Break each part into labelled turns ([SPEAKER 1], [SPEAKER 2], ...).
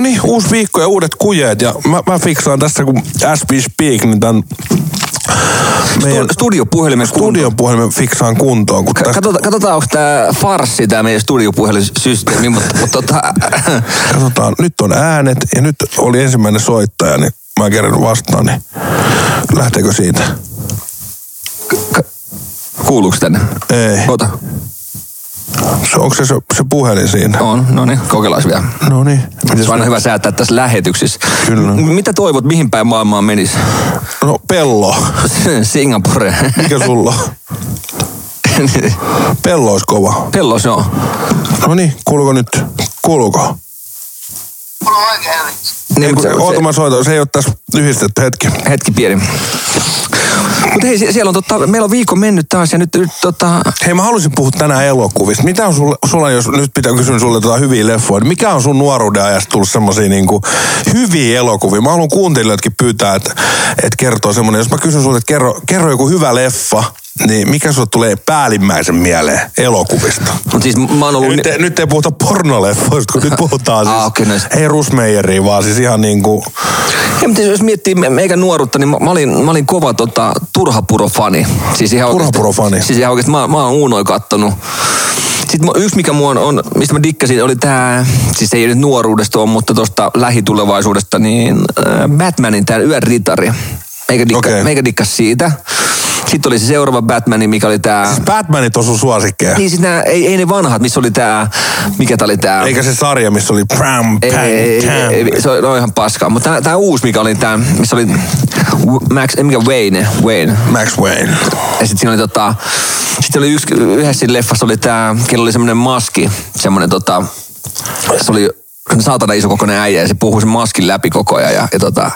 [SPEAKER 1] niin, uusi viikko ja uudet kujeet. Ja mä, mä fiksaan tässä, kun as we speak, niin tämän meidän
[SPEAKER 2] Stu- studiopuhelimen kunto.
[SPEAKER 1] studion puhelimen fiksaan kuntoon. Kun tästä,
[SPEAKER 2] Katsotaan, katsotaan onko tämä farssi tämä meidän studiopuhelinsysteemi, mutta, mutta tota,
[SPEAKER 1] katsotaan, nyt on äänet ja nyt oli ensimmäinen soittaja, niin mä kerran vastaan, niin lähteekö siitä?
[SPEAKER 2] kuuluuko tänne?
[SPEAKER 1] Ei.
[SPEAKER 2] Ota.
[SPEAKER 1] Se, onko se, se se puhelin siinä?
[SPEAKER 2] On, no niin, kokeillaan vielä.
[SPEAKER 1] No niin.
[SPEAKER 2] Se on aina hyvä säätää tässä lähetyksissä.
[SPEAKER 1] Kyllä.
[SPEAKER 2] M- Mitä toivot, mihin päin maailmaa menisi?
[SPEAKER 1] No pello.
[SPEAKER 2] Singapore.
[SPEAKER 1] Mikä sulla on? Pello olisi kova.
[SPEAKER 2] Pello se on.
[SPEAKER 1] No niin, kuuluuko nyt? Kuuluuko?
[SPEAKER 3] Kuuluu oikein hyvin.
[SPEAKER 1] Ei,
[SPEAKER 2] Niin, mut
[SPEAKER 1] kun,
[SPEAKER 2] se-
[SPEAKER 1] oota, mä soitan. Se ei ole tässä yhdistetty hetki.
[SPEAKER 2] Hetki pieni. Mutta hei, sie- siellä on totta, meillä on viikko mennyt taas ja nyt, nyt tota,
[SPEAKER 1] Hei, mä halusin puhua tänään elokuvista. Mitä on sulle, sulla, jos nyt pitää kysyä sulle tota hyviä leffoja, niin mikä on sun nuoruuden ajasta tullut semmosia niinku hyviä elokuvia? Mä haluan kuuntelijoitkin pyytää, että et kertoo semmonen. Jos mä kysyn sulta, että kerro, kerro joku hyvä leffa, niin mikä sulle tulee päällimmäisen mieleen elokuvista?
[SPEAKER 2] mut siis m- mä oon ollut...
[SPEAKER 1] Ja nyt, ei- nyt ei puhuta pornoleffoista, kun nyt puhutaan siis,
[SPEAKER 2] Ah, okei, näistä.
[SPEAKER 1] ei Rusmeijeriä, vaan siis ihan niinku,
[SPEAKER 2] Ja, mutta jos miettii me, meikä nuoruutta, niin mä, mä, olin, mä olin kova tota, turhapurofani. Siis ihan oikeesti-
[SPEAKER 1] Turhapurofani.
[SPEAKER 2] Siis ihan oikeasti, mä, mä oon uunoin kattonut. Sitten mä, yksi, mikä mua on, on, mistä mä dikkasin, oli tää, siis ei nyt nuoruudesta ole, mutta tuosta lähitulevaisuudesta, niin äh, Batmanin tää Yön ritari. Meikä, dikka,
[SPEAKER 1] Okei.
[SPEAKER 2] okay. meikä dikkas siitä. Sitten oli se seuraava Batman, mikä oli
[SPEAKER 1] Siis-
[SPEAKER 2] tää...
[SPEAKER 1] Batmanit on sun suosikkeja.
[SPEAKER 2] Niin siis nää, ei, ei ne vanhat, missä oli tää, mikä tää oli tää...
[SPEAKER 1] Eikä se sarja, missä oli pram,
[SPEAKER 2] Ei,
[SPEAKER 1] pam,
[SPEAKER 2] ei,
[SPEAKER 1] tam.
[SPEAKER 2] ei, ei, se oli, on ihan paskaa. Mutta tämä uusi, mikä oli tämä, missä oli Max, ei, mikä Wayne, Wayne.
[SPEAKER 1] Max Wayne.
[SPEAKER 2] Ja sitten siinä oli tota, sitten oli yksi, yhdessä siinä leffassa oli tämä, kello oli semmoinen maski, semmoinen tota, se oli saatana iso kokoinen äijä ja se puhui sen maskin läpi koko ajan. Ja, ja tota,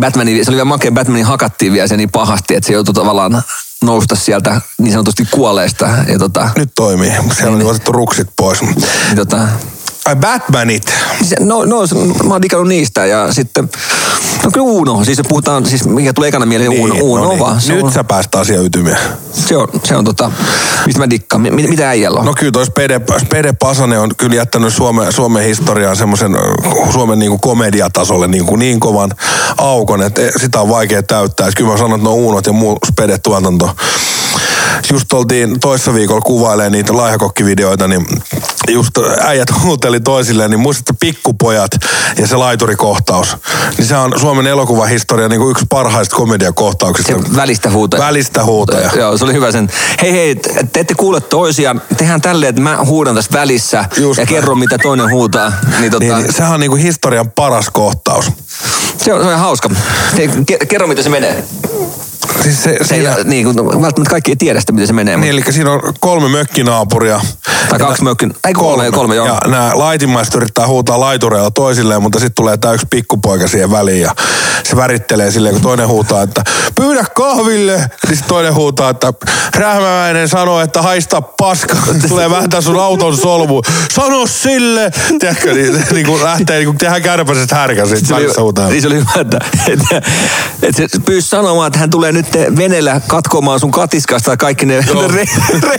[SPEAKER 2] Batmanin, se oli vielä makea, Batmanin hakattiin vielä se niin pahasti, että se joutui tavallaan nousta sieltä niin sanotusti kuolleesta. Ja tota,
[SPEAKER 1] Nyt toimii. Siellä on otettu ruksit pois.
[SPEAKER 2] niin tota,
[SPEAKER 1] Ai Batmanit.
[SPEAKER 2] Se- No, no se- mä oon digannut niistä ja sitten, no kyllä Uno, siis se puhutaan, siis mikä tulee ekana mieleen, niin, Uno, Uno
[SPEAKER 1] no niin.
[SPEAKER 2] vaan. Se, on,
[SPEAKER 1] Nyt sä pääst asia ytymään.
[SPEAKER 2] se, on, se on tota, mistä mä dikkaan, Mi- mi- mitä äijällä on?
[SPEAKER 1] No kyllä toi Spede, Spede Pasanen on kyllä jättänyt Suomen, Suomen historiaan semmoisen Suomen niin kuin komediatasolle niin, kuin niin kovan aukon, että sitä on vaikea täyttää. Et Kyllä mä sanon, että no Uunot ja muu Spede-tuotanto. Just oltiin toissa viikolla kuvailemaan niitä laihakokkivideoita, niin just äijät huuteli toisilleen, niin muistatte pikkupojat ja se laiturikohtaus. Niin se on Suomen elokuvahistoria niin kuin yksi parhaista komediakohtauksista.
[SPEAKER 2] se välistä huutaja.
[SPEAKER 1] Välistä huutaja.
[SPEAKER 2] Joo, se oli hyvä sen. Hei hei, te, te ette kuule toisiaan. Tehän tälleen, että mä huudan tässä välissä
[SPEAKER 1] Just
[SPEAKER 2] ja
[SPEAKER 1] näin.
[SPEAKER 2] kerron, mitä toinen huutaa. Niin, tota,
[SPEAKER 1] Niin, niin, sehän on niin kuin historian paras kohtaus.
[SPEAKER 2] Se, on, se on ihan hauska. Te, ke, kerro, miten se menee.
[SPEAKER 1] Siis se,
[SPEAKER 2] Se, ei,
[SPEAKER 1] siinä,
[SPEAKER 2] niin, kun, välttämättä kaikki ei tiedä sitä, miten se menee.
[SPEAKER 1] niin,
[SPEAKER 2] Niin,
[SPEAKER 1] eli siinä on kolme mökkinaapuria.
[SPEAKER 2] tai
[SPEAKER 1] Ja
[SPEAKER 2] kaksi
[SPEAKER 1] nä-
[SPEAKER 2] mökkin. Ei kolme, kolme, kolme joo.
[SPEAKER 1] Ja nämä laitimaiset yrittää huutaa laitureilla toisilleen, mutta sitten tulee tämä yksi pikkupoika siihen väliin ja se värittelee silleen, kun toinen huutaa, että pyydä kahville. Niin sitten toinen huutaa, että rähmäväinen sanoo, että haista paska. Tulee vähän tässä sun auton solmu. Sano sille! Tiedätkö, niin, niin kuin lähtee, niin kuin tehdään kärpäisestä härkä
[SPEAKER 2] Se
[SPEAKER 1] siitä
[SPEAKER 2] oli,
[SPEAKER 1] välissä huutaa.
[SPEAKER 2] niin se oli hyvä, että, että, että se pyysi sanomaan, että hän tulee nyt venellä katkomaan sun katiskasta kaikki ne...
[SPEAKER 1] Joo.
[SPEAKER 2] ne re, re,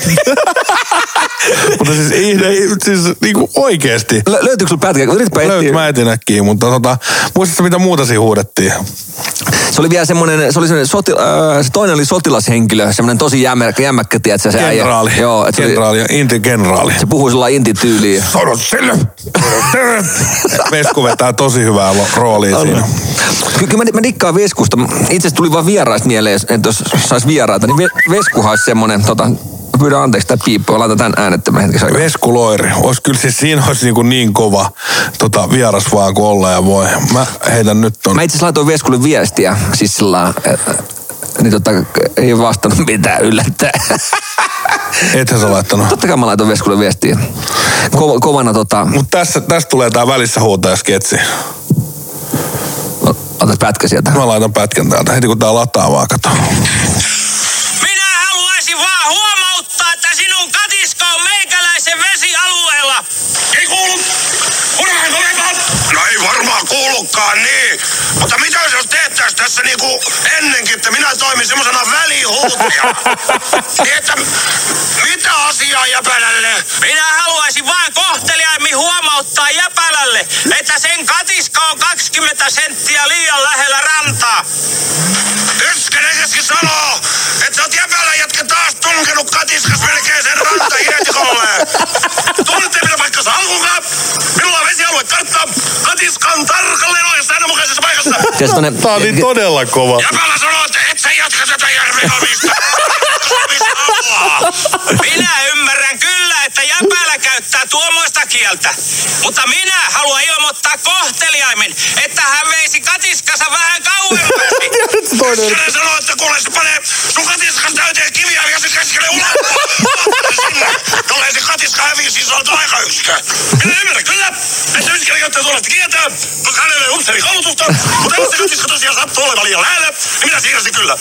[SPEAKER 1] Mutta siis, ihme- siis niin kuin oikeasti.
[SPEAKER 2] lö, löytyykö sulla pätkä? Yritäpä
[SPEAKER 1] Löyt,
[SPEAKER 2] etsiä.
[SPEAKER 1] mä etin äkkiä, mutta tota, muistatko mitä muuta siinä huudettiin?
[SPEAKER 2] Se oli vielä semmoinen, se, oli semmoinen soti, äh, se toinen oli sotilashenkilö, semmoinen tosi jämäkkä, jämäkkä tiedätkö, se äijä.
[SPEAKER 1] Kenraali.
[SPEAKER 2] Joo, että se, oli,
[SPEAKER 1] kenraali, inti kenraali.
[SPEAKER 2] se puhui sillä intityyliin.
[SPEAKER 1] Sano sille! Vesku vetää tosi hyvää lo- roolia siinä.
[SPEAKER 2] Ky- Kyllä mä, mä dikkaan Veskusta. Itse asiassa tuli vaan vieraista mieleen, että jos sais vieraita, niin Ve- Veskuhan olisi semmoinen, tota, pyydän anteeksi tämä piippua, laitan tämän äänettömän hetkeksi aikaa.
[SPEAKER 1] Vesku Loiri. Ois kyllä siis siinä olisi niin, kuin niin kova tota, vieras vaan kuin olla ja voi. Mä heitän nyt ton.
[SPEAKER 2] Mä itse asiassa laitoin Veskulle viestiä, siis sillä lailla, että- niin tota, ei vastannut mitään yllättää.
[SPEAKER 1] Ethän sä laittanut.
[SPEAKER 2] Totta kai mä laitoin Veskulle viestiä. Ko- kovana tota,
[SPEAKER 1] Mut tässä, tässä tulee tää välissä huutajasketsi.
[SPEAKER 2] ota pätkä sieltä.
[SPEAKER 1] Mä laitan pätkän täältä heti kun tää lataa vaan kato.
[SPEAKER 3] Minä haluaisin vaan huomauttaa, että sinun katiska on meikäläisen vesialueella.
[SPEAKER 4] Ei kuulu! Unohan kovempaa! No ei varmaan kuulukaan niin. Mutta mitä jos tehtäis tässä niinku ennenkin, että minä toimin semmosena välihuutia? niin että mitä asiaa jäpälälle?
[SPEAKER 3] Minä haluaisin vaan kohteliaimmin huomauttaa Jäpälälle, että sen katis on 20 senttiä liian lähellä rantaa.
[SPEAKER 4] Yskänekäskin sanoo, että sä oot jäpällä jätkä taas tunkenut katiskas melkein sen rantahietikolle. Tunnette minä vaikka salkukaan. Minulla on vesialue kartta katiskan tarkalleen olen säännönmukaisessa paikassa.
[SPEAKER 2] Tiedätkö tonne,
[SPEAKER 5] Tää on niin todella kova.
[SPEAKER 4] Jäpällä sanoo, että et sä jatka tätä järvinomista.
[SPEAKER 3] Minä ymmärrän kyllä, että jäpälä käyttää tuommoista kieltä. Mutta minä haluan ilmoittaa kohteliaimmin, että hän veisi katiskansa vähän kauemmaksi.
[SPEAKER 5] Toinen.
[SPEAKER 4] Yskänen sanoo, että kuule se panee sun katiskan täyteen kiviä ja se keskelle ulottaa. Tulee se katiska hävii, siis on aika yksikö. Minä ymmärrän kyllä, että yskänen käyttää tuollaista kieltä, koska hänelle ei upseeri koulutusta. Mutta jos se katiska tosiaan sattuu olemaan liian lähellä, niin minä siirsin kyllä.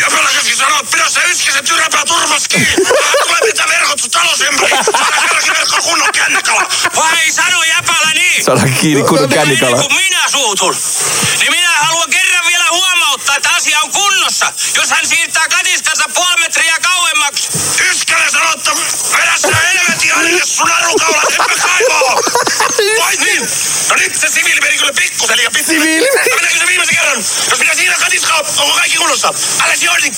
[SPEAKER 4] Jäpälä käski sanoo, että pidä se yskäsen tyräpää turvas kiinni. Tähän tulee pitää verkot sun talos ympäri. Saadaan kerrankin verkkoon kunnon kännekala.
[SPEAKER 3] Vai sano jäpälä niin?
[SPEAKER 2] Saadaan kiinni kunnon
[SPEAKER 3] Ennen
[SPEAKER 5] niin-
[SPEAKER 2] kännikala.
[SPEAKER 3] kuin minä suutun, niin minä haluan kerran vielä huomauttaa, että asia on kunnossa, jos hän siirtää katiskansa puoli metriä kauemmaksi.
[SPEAKER 4] Yskänen sanoo, että vedä sinä helvetin ainakin sun arukaulat, emme kaivoo. Vai niin? No nyt se siviili meni kyllä pikkusen liian pitkälle.
[SPEAKER 5] Siviili meni-
[SPEAKER 4] No mennäänkö se viimeisen kerran? Jos minä siinä katiskaan, onko kaikki kunnossa? Älä sijoitin.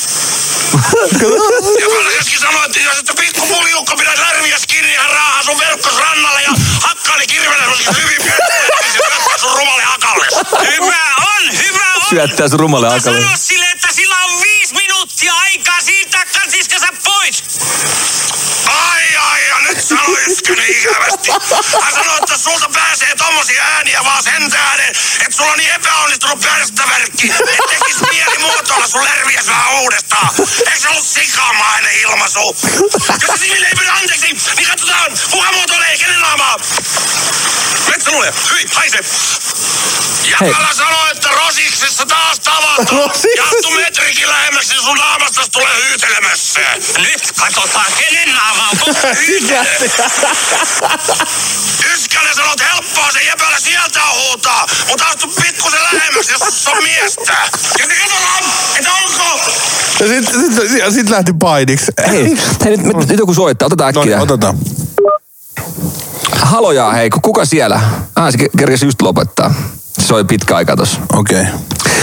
[SPEAKER 4] Ja Kalkeskin sanoi, että jos et ole pikku puljukko, pidä sarvias kiinni ja raaha sun verkkos rannalle ja hakkaa ne kirvellä sun hyvin pientä. Se verkkaa sun rumalle hakalle.
[SPEAKER 3] Hyvä on, hyvä on.
[SPEAKER 2] Syöttää sun rumalle
[SPEAKER 3] Mutta
[SPEAKER 2] aikalle.
[SPEAKER 3] Sano sille, että sillä on viisi minuuttia aikaa siirtää katiskansa pois.
[SPEAKER 4] Ai ai, ja nyt sanoi Yskynen ikävästi. Hän sanoi, että sulta pääsee tommosia ääniä vaan sen tähden, että sulla on niin epäonnistunut pärstäverkki, että tekis mieli muotoilla sun lärviäs vähän uudestaan. Eikö se ollut sikamainen ilmaisu? Jos se Simille ei pyydä anteeksi, niin katsotaan, kuka muotoilee kenen naamaa. Metsäluulee, hyi, haise. Jakala sanoi, että rosiksessa taas tavataan.
[SPEAKER 5] Rosiksessa?
[SPEAKER 4] Jattu metrikin lähemmäksi, niin sun naamasta tulee hyytelemässä.
[SPEAKER 3] Nyt katsotaan, kenen naama on koko
[SPEAKER 4] Yskänen sanoo, että helppoa se jäpällä sieltä on huutaa, mutta astu pikkusen lähemmäs, jos se on miestä. Ja niin katsotaan, että onko.
[SPEAKER 5] Ja sit, sit, ja sit lähti painiksi.
[SPEAKER 2] Hei, hei nyt, nyt, nyt joku soittaa, otetaan
[SPEAKER 1] No
[SPEAKER 2] äkkiä.
[SPEAKER 1] niin, otetaan.
[SPEAKER 2] Haloja, hei, ku- kuka siellä? Ah, se ke- kerkesi just lopettaa. Se soi pitkä aika tossa.
[SPEAKER 1] Okei.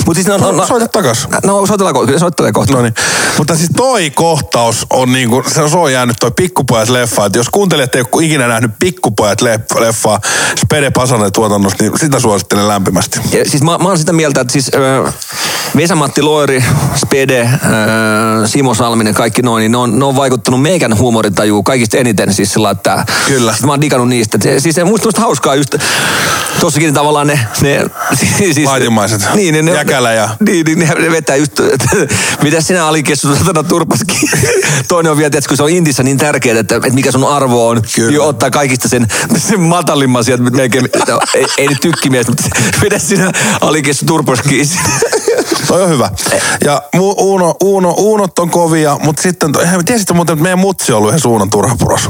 [SPEAKER 2] Mut siis ne on... on, on
[SPEAKER 1] Soita takas.
[SPEAKER 2] No soitellaan kohta, kyllä soitellaan kohta.
[SPEAKER 1] No niin. Mutta siis toi kohtaus on niinku, se se on jäänyt toi Pikkupojat leffa. Et jos kuuntelijat ei ole ikinä nähnyt Pikkupojat leff- leffaa Spede Pasanen tuotannosta, niin sitä suosittelen lämpimästi.
[SPEAKER 2] Ja siis mä, mä oon sitä mieltä, että siis öö, Vesamatti Loiri, Spede, öö, Simo Salminen, kaikki noin, niin ne on, ne on vaikuttanut meikän huumorintajuun kaikista eniten siis sillä, että
[SPEAKER 1] Kyllä.
[SPEAKER 2] Siis mä oon digannut niistä. Se, siis se musta, musta hauskaa just tossakin tavallaan ne... ne siis,
[SPEAKER 1] Laitimaiset.
[SPEAKER 2] Niin, ne, ne,
[SPEAKER 1] Jäkälä ja-
[SPEAKER 2] Niin, niin ne, ne vetää just, että mitä sinä alikessu satana turpaskin. Toinen on vielä, että kun se on Intissä niin tärkeää, että, että mikä sun arvo on,
[SPEAKER 1] Kyllä.
[SPEAKER 2] niin ottaa kaikista sen, sen matalimman sieltä, mutta melkein, no, ei, ei nyt tykkimies, mutta vedä sinä alikessu turpaskin.
[SPEAKER 1] Toi on hyvä. Ja mu- Uuno, Uuno, Uunot on kovia, mutta sitten, eihän- tiesitkö muuten, että meidän mutsi on ollut ihan suunnan turhapuros.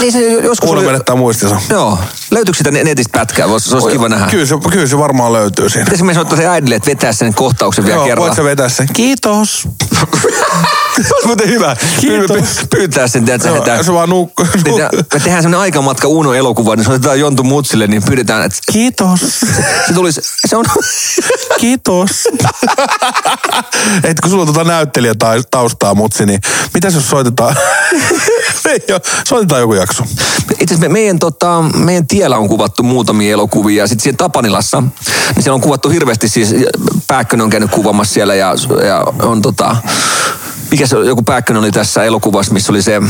[SPEAKER 2] niin se joskus
[SPEAKER 1] Uuno menettää muistinsa.
[SPEAKER 2] Joo, löytyykö sitä ne- netistä pätkää, Vois- se olisi kiva nähdä.
[SPEAKER 1] Kyllä se, kyllä se varmaan löytyy siinä.
[SPEAKER 2] Pitäisikö me soittaa sen äidille, että vetää sen kohtauksen vielä
[SPEAKER 1] Joo, voit
[SPEAKER 2] kerran?
[SPEAKER 1] sä vetää sen. Kiitos.
[SPEAKER 2] Se olisi muuten hyvä.
[SPEAKER 1] Kiitos.
[SPEAKER 2] Py- Pyytää sen, tiedät sä,
[SPEAKER 1] Joo,
[SPEAKER 2] että...
[SPEAKER 1] se vaan nuuk-
[SPEAKER 2] Me tehdään, me tehdään semmoinen aikamatka Uno elokuva, niin se otetaan Jontu Mutsille, niin pyydetään, että
[SPEAKER 1] Kiitos.
[SPEAKER 2] se tulisi, se on,
[SPEAKER 1] Kiitos. Et kun sulla on tuota näyttelijätaustaa, mutsi, niin mitäs jos soitetaan? Ei oo. soitetaan joku jakso.
[SPEAKER 2] itse asiassa me, meidän, tota, meidän tiellä on kuvattu muutamia elokuvia, ja sitten siellä Tapanilassa, niin siellä on kuvattu hirveästi siis, Pääkkönen on käynyt kuvaamassa siellä, ja, ja on tota, mikä se, joku Pääkkönen oli tässä elokuvassa, missä oli se,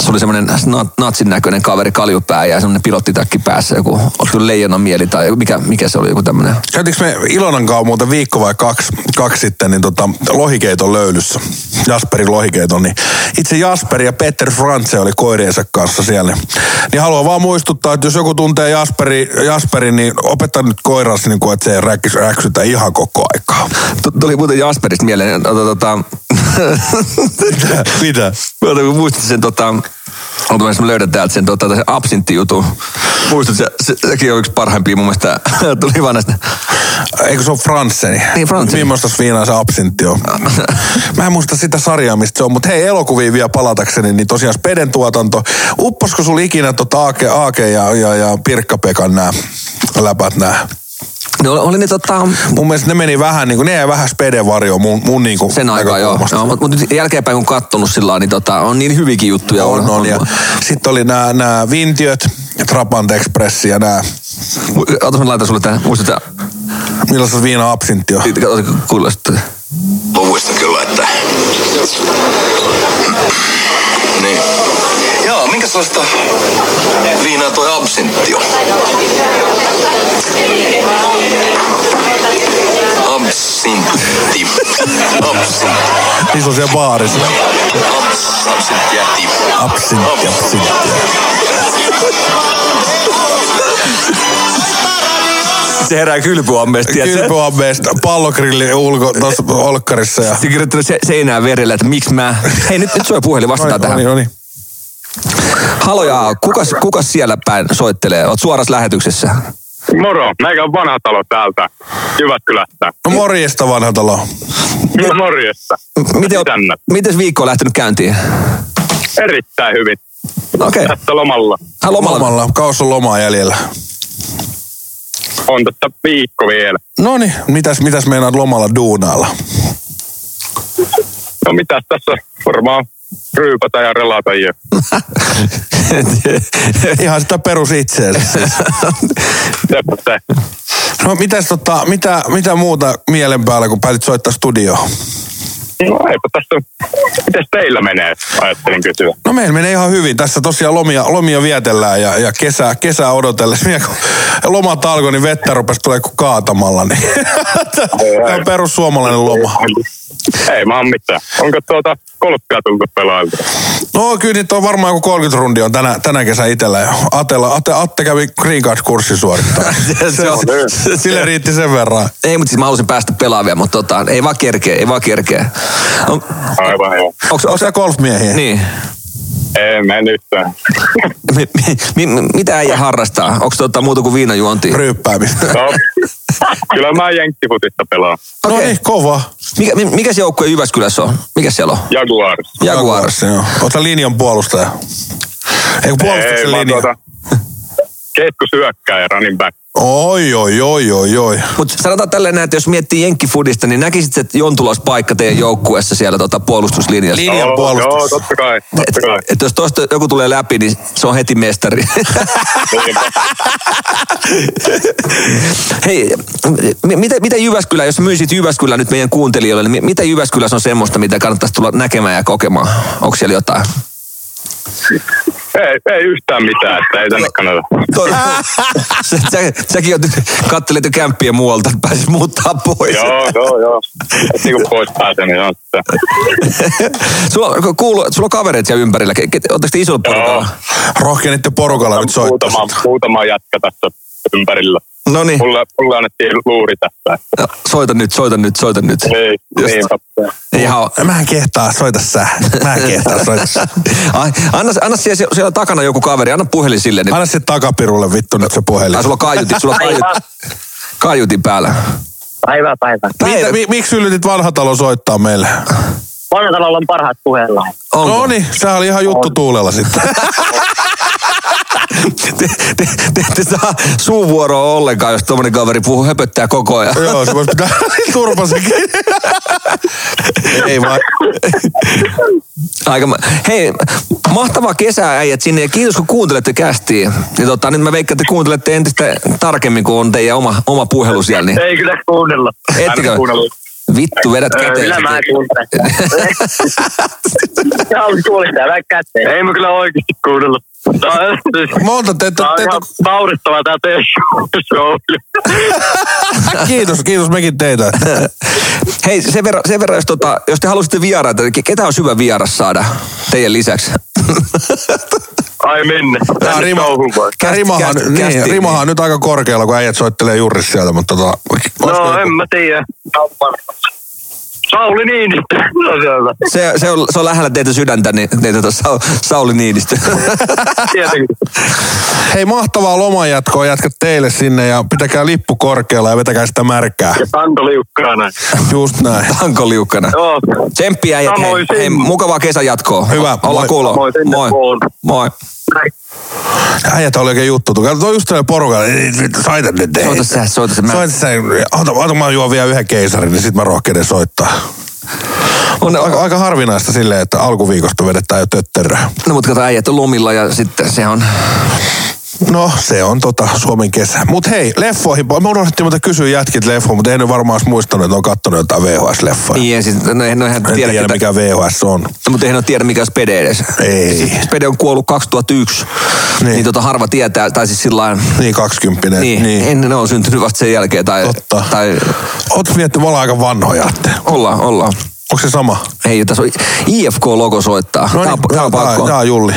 [SPEAKER 2] se oli semmoinen nat- natsin näköinen kaveri kaljupää ja semmoinen pilottitakki päässä, joku, oliko se leijona mieli tai joku- mikä, mikä se oli, joku tämmöinen.
[SPEAKER 1] Käytiinkö me Ilonan kanssa muuten viikko vai kaksi, kaksi sitten niin tota, lohikeiton löylyssä, Jasperin lohikeiton, niin itse Jasper ja Peter Frantse oli koiriensa kanssa siellä. Niin haluan vaan muistuttaa, että jos joku tuntee Jasperi, Jasperin, niin opeta nyt koiras, niin kuin, että se ei räkis- räksytä ihan koko aikaa.
[SPEAKER 2] Tu- Tuli muuten Jasperista mieleen, tota, tota,
[SPEAKER 1] Mitä?
[SPEAKER 2] Mä kun muistin sen tota, Oota, jos mä löydän täältä sen, tota, sen absinttijutun. Muistat, se, se, sekin on yksi parhaimpia mun mielestä. Tuli vaan näistä.
[SPEAKER 1] Eikö se ole Fransseni?
[SPEAKER 2] Niin, Fransseni.
[SPEAKER 1] Millaista viinaa se absintti on? Mä en muista sitä sarjaa, mistä se on, mutta hei, elokuviin vielä palatakseni, niin tosiaan Speden tuotanto. Upposko sulla ikinä tota Aake, Aake ja, ja, ja Pirkka-Pekan nämä läpät nää.
[SPEAKER 2] Ne oli, oli ne tota,
[SPEAKER 1] Mun mielestä ne meni vähän, niin kuin, ne jäi vähän speden varjoon mun, mun niin kuin
[SPEAKER 2] sen aikaa joo. joo mutta mut nyt jälkeenpäin kun kattonut sillä lailla, niin tota, on niin hyvikin juttuja.
[SPEAKER 1] On, on. Ja sitten oli nämä, nämä Vintiöt, Trapant Express ja nämä,
[SPEAKER 2] Otas mä laitan sulle tähän, muistat
[SPEAKER 1] millaista viina absintti
[SPEAKER 2] Niin.
[SPEAKER 1] on.
[SPEAKER 2] Kato, kuulostaa.
[SPEAKER 6] Mä muistan kyllä, että... Niin. Joo, minkä sellaista viinaa toi absintti on? Absintti. Absintti.
[SPEAKER 1] Niissä on siellä baarissa.
[SPEAKER 6] Abs- Absinttia.
[SPEAKER 1] Absintti, absintti.
[SPEAKER 2] Se herää kylpyammeesta. tiedätkö?
[SPEAKER 1] Kylpyammeesta, pallogrilli ulko tuossa olkkarissa. Ja...
[SPEAKER 2] Se kirjoittanut se, seinään vierellä, että miksi mä... Hei, nyt, nyt soi puhelin, vastataan
[SPEAKER 1] No
[SPEAKER 2] tähän.
[SPEAKER 1] niin, no niin.
[SPEAKER 2] Halo ja kukas, kukas siellä päin soittelee? Oot suorassa lähetyksessä.
[SPEAKER 7] Moro, meikä on vanha talo täältä Jyväskylästä.
[SPEAKER 1] No morjesta vanha talo.
[SPEAKER 7] No, morjesta.
[SPEAKER 2] Miten,
[SPEAKER 7] Tänne.
[SPEAKER 2] miten viikko on lähtenyt käyntiin?
[SPEAKER 7] Erittäin hyvin.
[SPEAKER 2] Okei. Okay.
[SPEAKER 7] Tässä lomalla
[SPEAKER 2] Hän lomalla.
[SPEAKER 1] Lomalla, kaus on lomaa jäljellä.
[SPEAKER 7] on tässä viikko vielä.
[SPEAKER 1] No niin, mitäs, mitäs meinaat lomalla duunailla?
[SPEAKER 7] No mitäs tässä varmaan ryypätä ja relata ja
[SPEAKER 1] Ihan sitä perus itseensä. siis.
[SPEAKER 7] sepä se.
[SPEAKER 1] No mitäs tota, mitä, mitä muuta mielen päällä, kun päätit soittaa studioon?
[SPEAKER 7] No eipä tässä. Mites teillä menee, ajattelin kysyä.
[SPEAKER 1] No meillä menee ihan hyvin. Tässä tosiaan lomia, lomia vietellään ja, ja kesää, kesää odotellessa. Minä kun lomat alkoi, niin vettä rupesi tulee kuin kaatamalla. Niin. Tämä on perussuomalainen loma.
[SPEAKER 7] Ei mä oon mitään. Onko tuota golfia tultu pelailta?
[SPEAKER 1] No kyllä nyt on varmaan joku 30 rundia on tänä, tänä kesä itsellä. jo. Atella, Atte, Atte kävi Green Card-kurssin suorittaa.
[SPEAKER 2] Se on-
[SPEAKER 1] Sille riitti sen verran.
[SPEAKER 2] Ei, mutta siis mä halusin päästä pelaavia, mutta tota, ei vaan kerkeä, ei vaan kerkeä. On,
[SPEAKER 7] Aivan joo.
[SPEAKER 2] onks,
[SPEAKER 1] Onko
[SPEAKER 2] onks,
[SPEAKER 1] sä golfmiehiä?
[SPEAKER 2] niin.
[SPEAKER 7] Ei mene yhtään.
[SPEAKER 2] Mi, mi, mi, mitä äijä harrastaa? Onko tota muuta kuin viinajuonti?
[SPEAKER 1] Ryyppäämistä.
[SPEAKER 7] No, kyllä mä jenkkifutista pelaan.
[SPEAKER 1] No
[SPEAKER 2] Okei.
[SPEAKER 1] niin, kova.
[SPEAKER 2] Mikä, mi- mikä se joukkue Jyväskylässä on? Mikä siellä on?
[SPEAKER 7] Jaguars.
[SPEAKER 2] Jaguars.
[SPEAKER 1] Joo. Oot sä linjan puolustaja? Ei kun
[SPEAKER 7] Ei,
[SPEAKER 1] puolustuksen
[SPEAKER 7] mä
[SPEAKER 1] linja.
[SPEAKER 7] tuota, keskushyökkääjä running back.
[SPEAKER 1] Oi, oi, oi, oi, oi.
[SPEAKER 2] Mutta sanotaan tälleen näin, että jos miettii Jenkkifudista, niin näkisit, se, että Jontulas paikka
[SPEAKER 1] Mm.
[SPEAKER 2] teidän joukkueessa siellä tota, puolustuslinjassa.
[SPEAKER 1] Linja- Linjan
[SPEAKER 7] Joo,
[SPEAKER 1] puolustuksessa.
[SPEAKER 7] Joo, totta kai. Totta kai.
[SPEAKER 2] Et, et jos tosta joku tulee läpi, niin se on heti mestari.
[SPEAKER 7] Niinpä.
[SPEAKER 2] Hei, m- mitä, mitä Jyväskylä, jos myisit Jyväskylä nyt meidän kuuntelijoille, niin mi- mitä Jyväskylässä on semmoista, mitä kannattaisi tulla näkemään ja kokemaan? Onko siellä jotain?
[SPEAKER 7] Ei, ei yhtään mitään, että ei tänne kannata.
[SPEAKER 1] No,
[SPEAKER 2] Toi, sä, sä, säkin oot, kattelet jo kämppiä muualta, että pääsis muuttaa pois.
[SPEAKER 7] Joo, joo, joo. Et niin kuin pois pääsee, niin on sitten.
[SPEAKER 2] Sulla, on- kuuluu, sulla on kavereita siellä ympärillä. Ke- ke- Oletteko te isolla porukalla?
[SPEAKER 1] Rohkenitte porukalla nyt soittaa.
[SPEAKER 7] Muutama, muutama jätkä tässä ympärillä.
[SPEAKER 2] No niin,
[SPEAKER 7] Mulle, mulle annettiin luuri tässä.
[SPEAKER 2] soita nyt, soita nyt, soita nyt.
[SPEAKER 7] Ei,
[SPEAKER 2] Just.
[SPEAKER 7] niinpä.
[SPEAKER 2] Ihan,
[SPEAKER 1] Mä en kehtaa, soita sä. Mä en kehtaa, soita sä.
[SPEAKER 2] Ai, anna, anna siellä, siellä takana joku kaveri, anna puhelin sille. Niin.
[SPEAKER 1] Anna se takapirulle vittu nyt se puhelin.
[SPEAKER 2] Ai, sulla on kaiutin, sulla on kaiutin, kaiutin päällä.
[SPEAKER 8] Päivää, päivää.
[SPEAKER 1] Mitä,
[SPEAKER 2] Päivä,
[SPEAKER 1] mi, miksi yllytit vanha talo soittaa meille?
[SPEAKER 8] Vanhatalolla on parhaat puheenlaajat.
[SPEAKER 2] onko?
[SPEAKER 1] No niin, sehän oli ihan juttu tuulella sitten.
[SPEAKER 2] Te, te, te, te saa suuvuoroa ollenkaan, jos tommonen kaveri puhuu höpöttää koko ajan.
[SPEAKER 1] Joo, se voisi pitää Niin turpasekin. Ei vaan.
[SPEAKER 2] Aika, ma- hei, mahtavaa kesää äijät sinne ja kiitos kun kuuntelette kästiä. Ja tota, nyt mä veikkaan, että te kuuntelette entistä tarkemmin kuin on teidän oma, oma puhelu siellä. Niin.
[SPEAKER 8] Ei kyllä kuunnella.
[SPEAKER 2] Ettekö?
[SPEAKER 7] kuunnellut.
[SPEAKER 2] Vittu, vedät
[SPEAKER 8] Öö,
[SPEAKER 2] käteen.
[SPEAKER 8] Kyllä mä en kuuntele. Sä olet kuulistaja, mä käteen.
[SPEAKER 7] Ei mä kyllä oikeasti kuunnellut. Tää on,
[SPEAKER 1] Monta te, te,
[SPEAKER 7] tää on
[SPEAKER 1] te,
[SPEAKER 7] ihan naurettavaa tää teidän show.
[SPEAKER 1] kiitos, kiitos mekin teitä.
[SPEAKER 2] Hei, sen verran, sen verran jos, tota, jos te halusitte vieraita, niin ketä on hyvä vieras saada teidän lisäksi?
[SPEAKER 7] Ai minne.
[SPEAKER 1] Tää
[SPEAKER 7] Tänne
[SPEAKER 1] rima,
[SPEAKER 7] touhuun vai?
[SPEAKER 1] tää
[SPEAKER 2] Kästi-
[SPEAKER 1] rimahan,
[SPEAKER 2] kästi-
[SPEAKER 1] niin,
[SPEAKER 2] kästi-
[SPEAKER 1] rimahan on nyt aika korkealla, kun äijät soittelee juuri sieltä, mutta tota, olisiko
[SPEAKER 7] No
[SPEAKER 1] joku-
[SPEAKER 7] en mä tiedä. Sauli Niinistö. No, sieltä.
[SPEAKER 2] Se, se, on, se on lähellä teitä sydäntä, niin niin tota, Sa, Sauli Niinistö.
[SPEAKER 7] Tietenkin.
[SPEAKER 1] Hei, mahtavaa lomanjatkoa jätkät teille sinne ja pitäkää lippu korkealla ja vetäkää sitä märkää.
[SPEAKER 7] Ja Tanto liukkaa näin.
[SPEAKER 1] Just näin.
[SPEAKER 2] Tanko liukkana.
[SPEAKER 7] Joo.
[SPEAKER 2] Tsemppiä ja hei,
[SPEAKER 7] Samoin
[SPEAKER 2] hei,
[SPEAKER 7] sinne.
[SPEAKER 2] mukavaa kesän jatkoa.
[SPEAKER 1] Hyvä,
[SPEAKER 2] Olla
[SPEAKER 1] moi.
[SPEAKER 2] kuuloa.
[SPEAKER 7] Samoin sinne
[SPEAKER 2] Moi.
[SPEAKER 7] vaan.
[SPEAKER 2] Moi.
[SPEAKER 8] Näin.
[SPEAKER 1] Äijät oli oikein juttu. Tuo on just tällainen porukka. Ei, ei, vittu, niin, Soita nyt. ei.
[SPEAKER 2] Soita sä, soita sä. Mä-
[SPEAKER 1] Soita sä. Ota, ota mä juon vielä yhden keisarin, niin sit mä rohkenen soittaa. On aika, aika harvinaista silleen, että alkuviikosta vedetään jo tötteröä.
[SPEAKER 2] No mutta kato, äijät on lomilla ja sitten se on...
[SPEAKER 1] No, se on tota Suomen kesä. Mut hei, leffoihin. Me unohdettiin muuten kysyä jätkit leffoa, mutta ei ne varmaan olisi muistanut, että on kattonut jotain VHS-leffoja.
[SPEAKER 2] Niin, ja siis, no, eihän, no, eihän
[SPEAKER 1] En
[SPEAKER 2] tiedä,
[SPEAKER 1] tiedä,
[SPEAKER 2] ketä,
[SPEAKER 1] mikä VHS on.
[SPEAKER 2] No, mutta eihän ne tiedä, mikä on Spede edes.
[SPEAKER 1] Ei.
[SPEAKER 2] Spede on kuollut 2001,
[SPEAKER 1] Niin.
[SPEAKER 2] niin, niin tota, harva tietää, tai siis sillä
[SPEAKER 1] Niin, 20.
[SPEAKER 2] niin, niin, ennen ne on syntynyt vasta sen jälkeen, tai,
[SPEAKER 1] Totta.
[SPEAKER 2] tai
[SPEAKER 1] Oot vietty, me ollaan aika vanhoja. Että.
[SPEAKER 2] ollaan, ollaan.
[SPEAKER 1] Onko se sama?
[SPEAKER 2] Ei, tässä on IFK-logo soittaa. No, tää on, tää on pakko.
[SPEAKER 1] niin, Tää on Julli.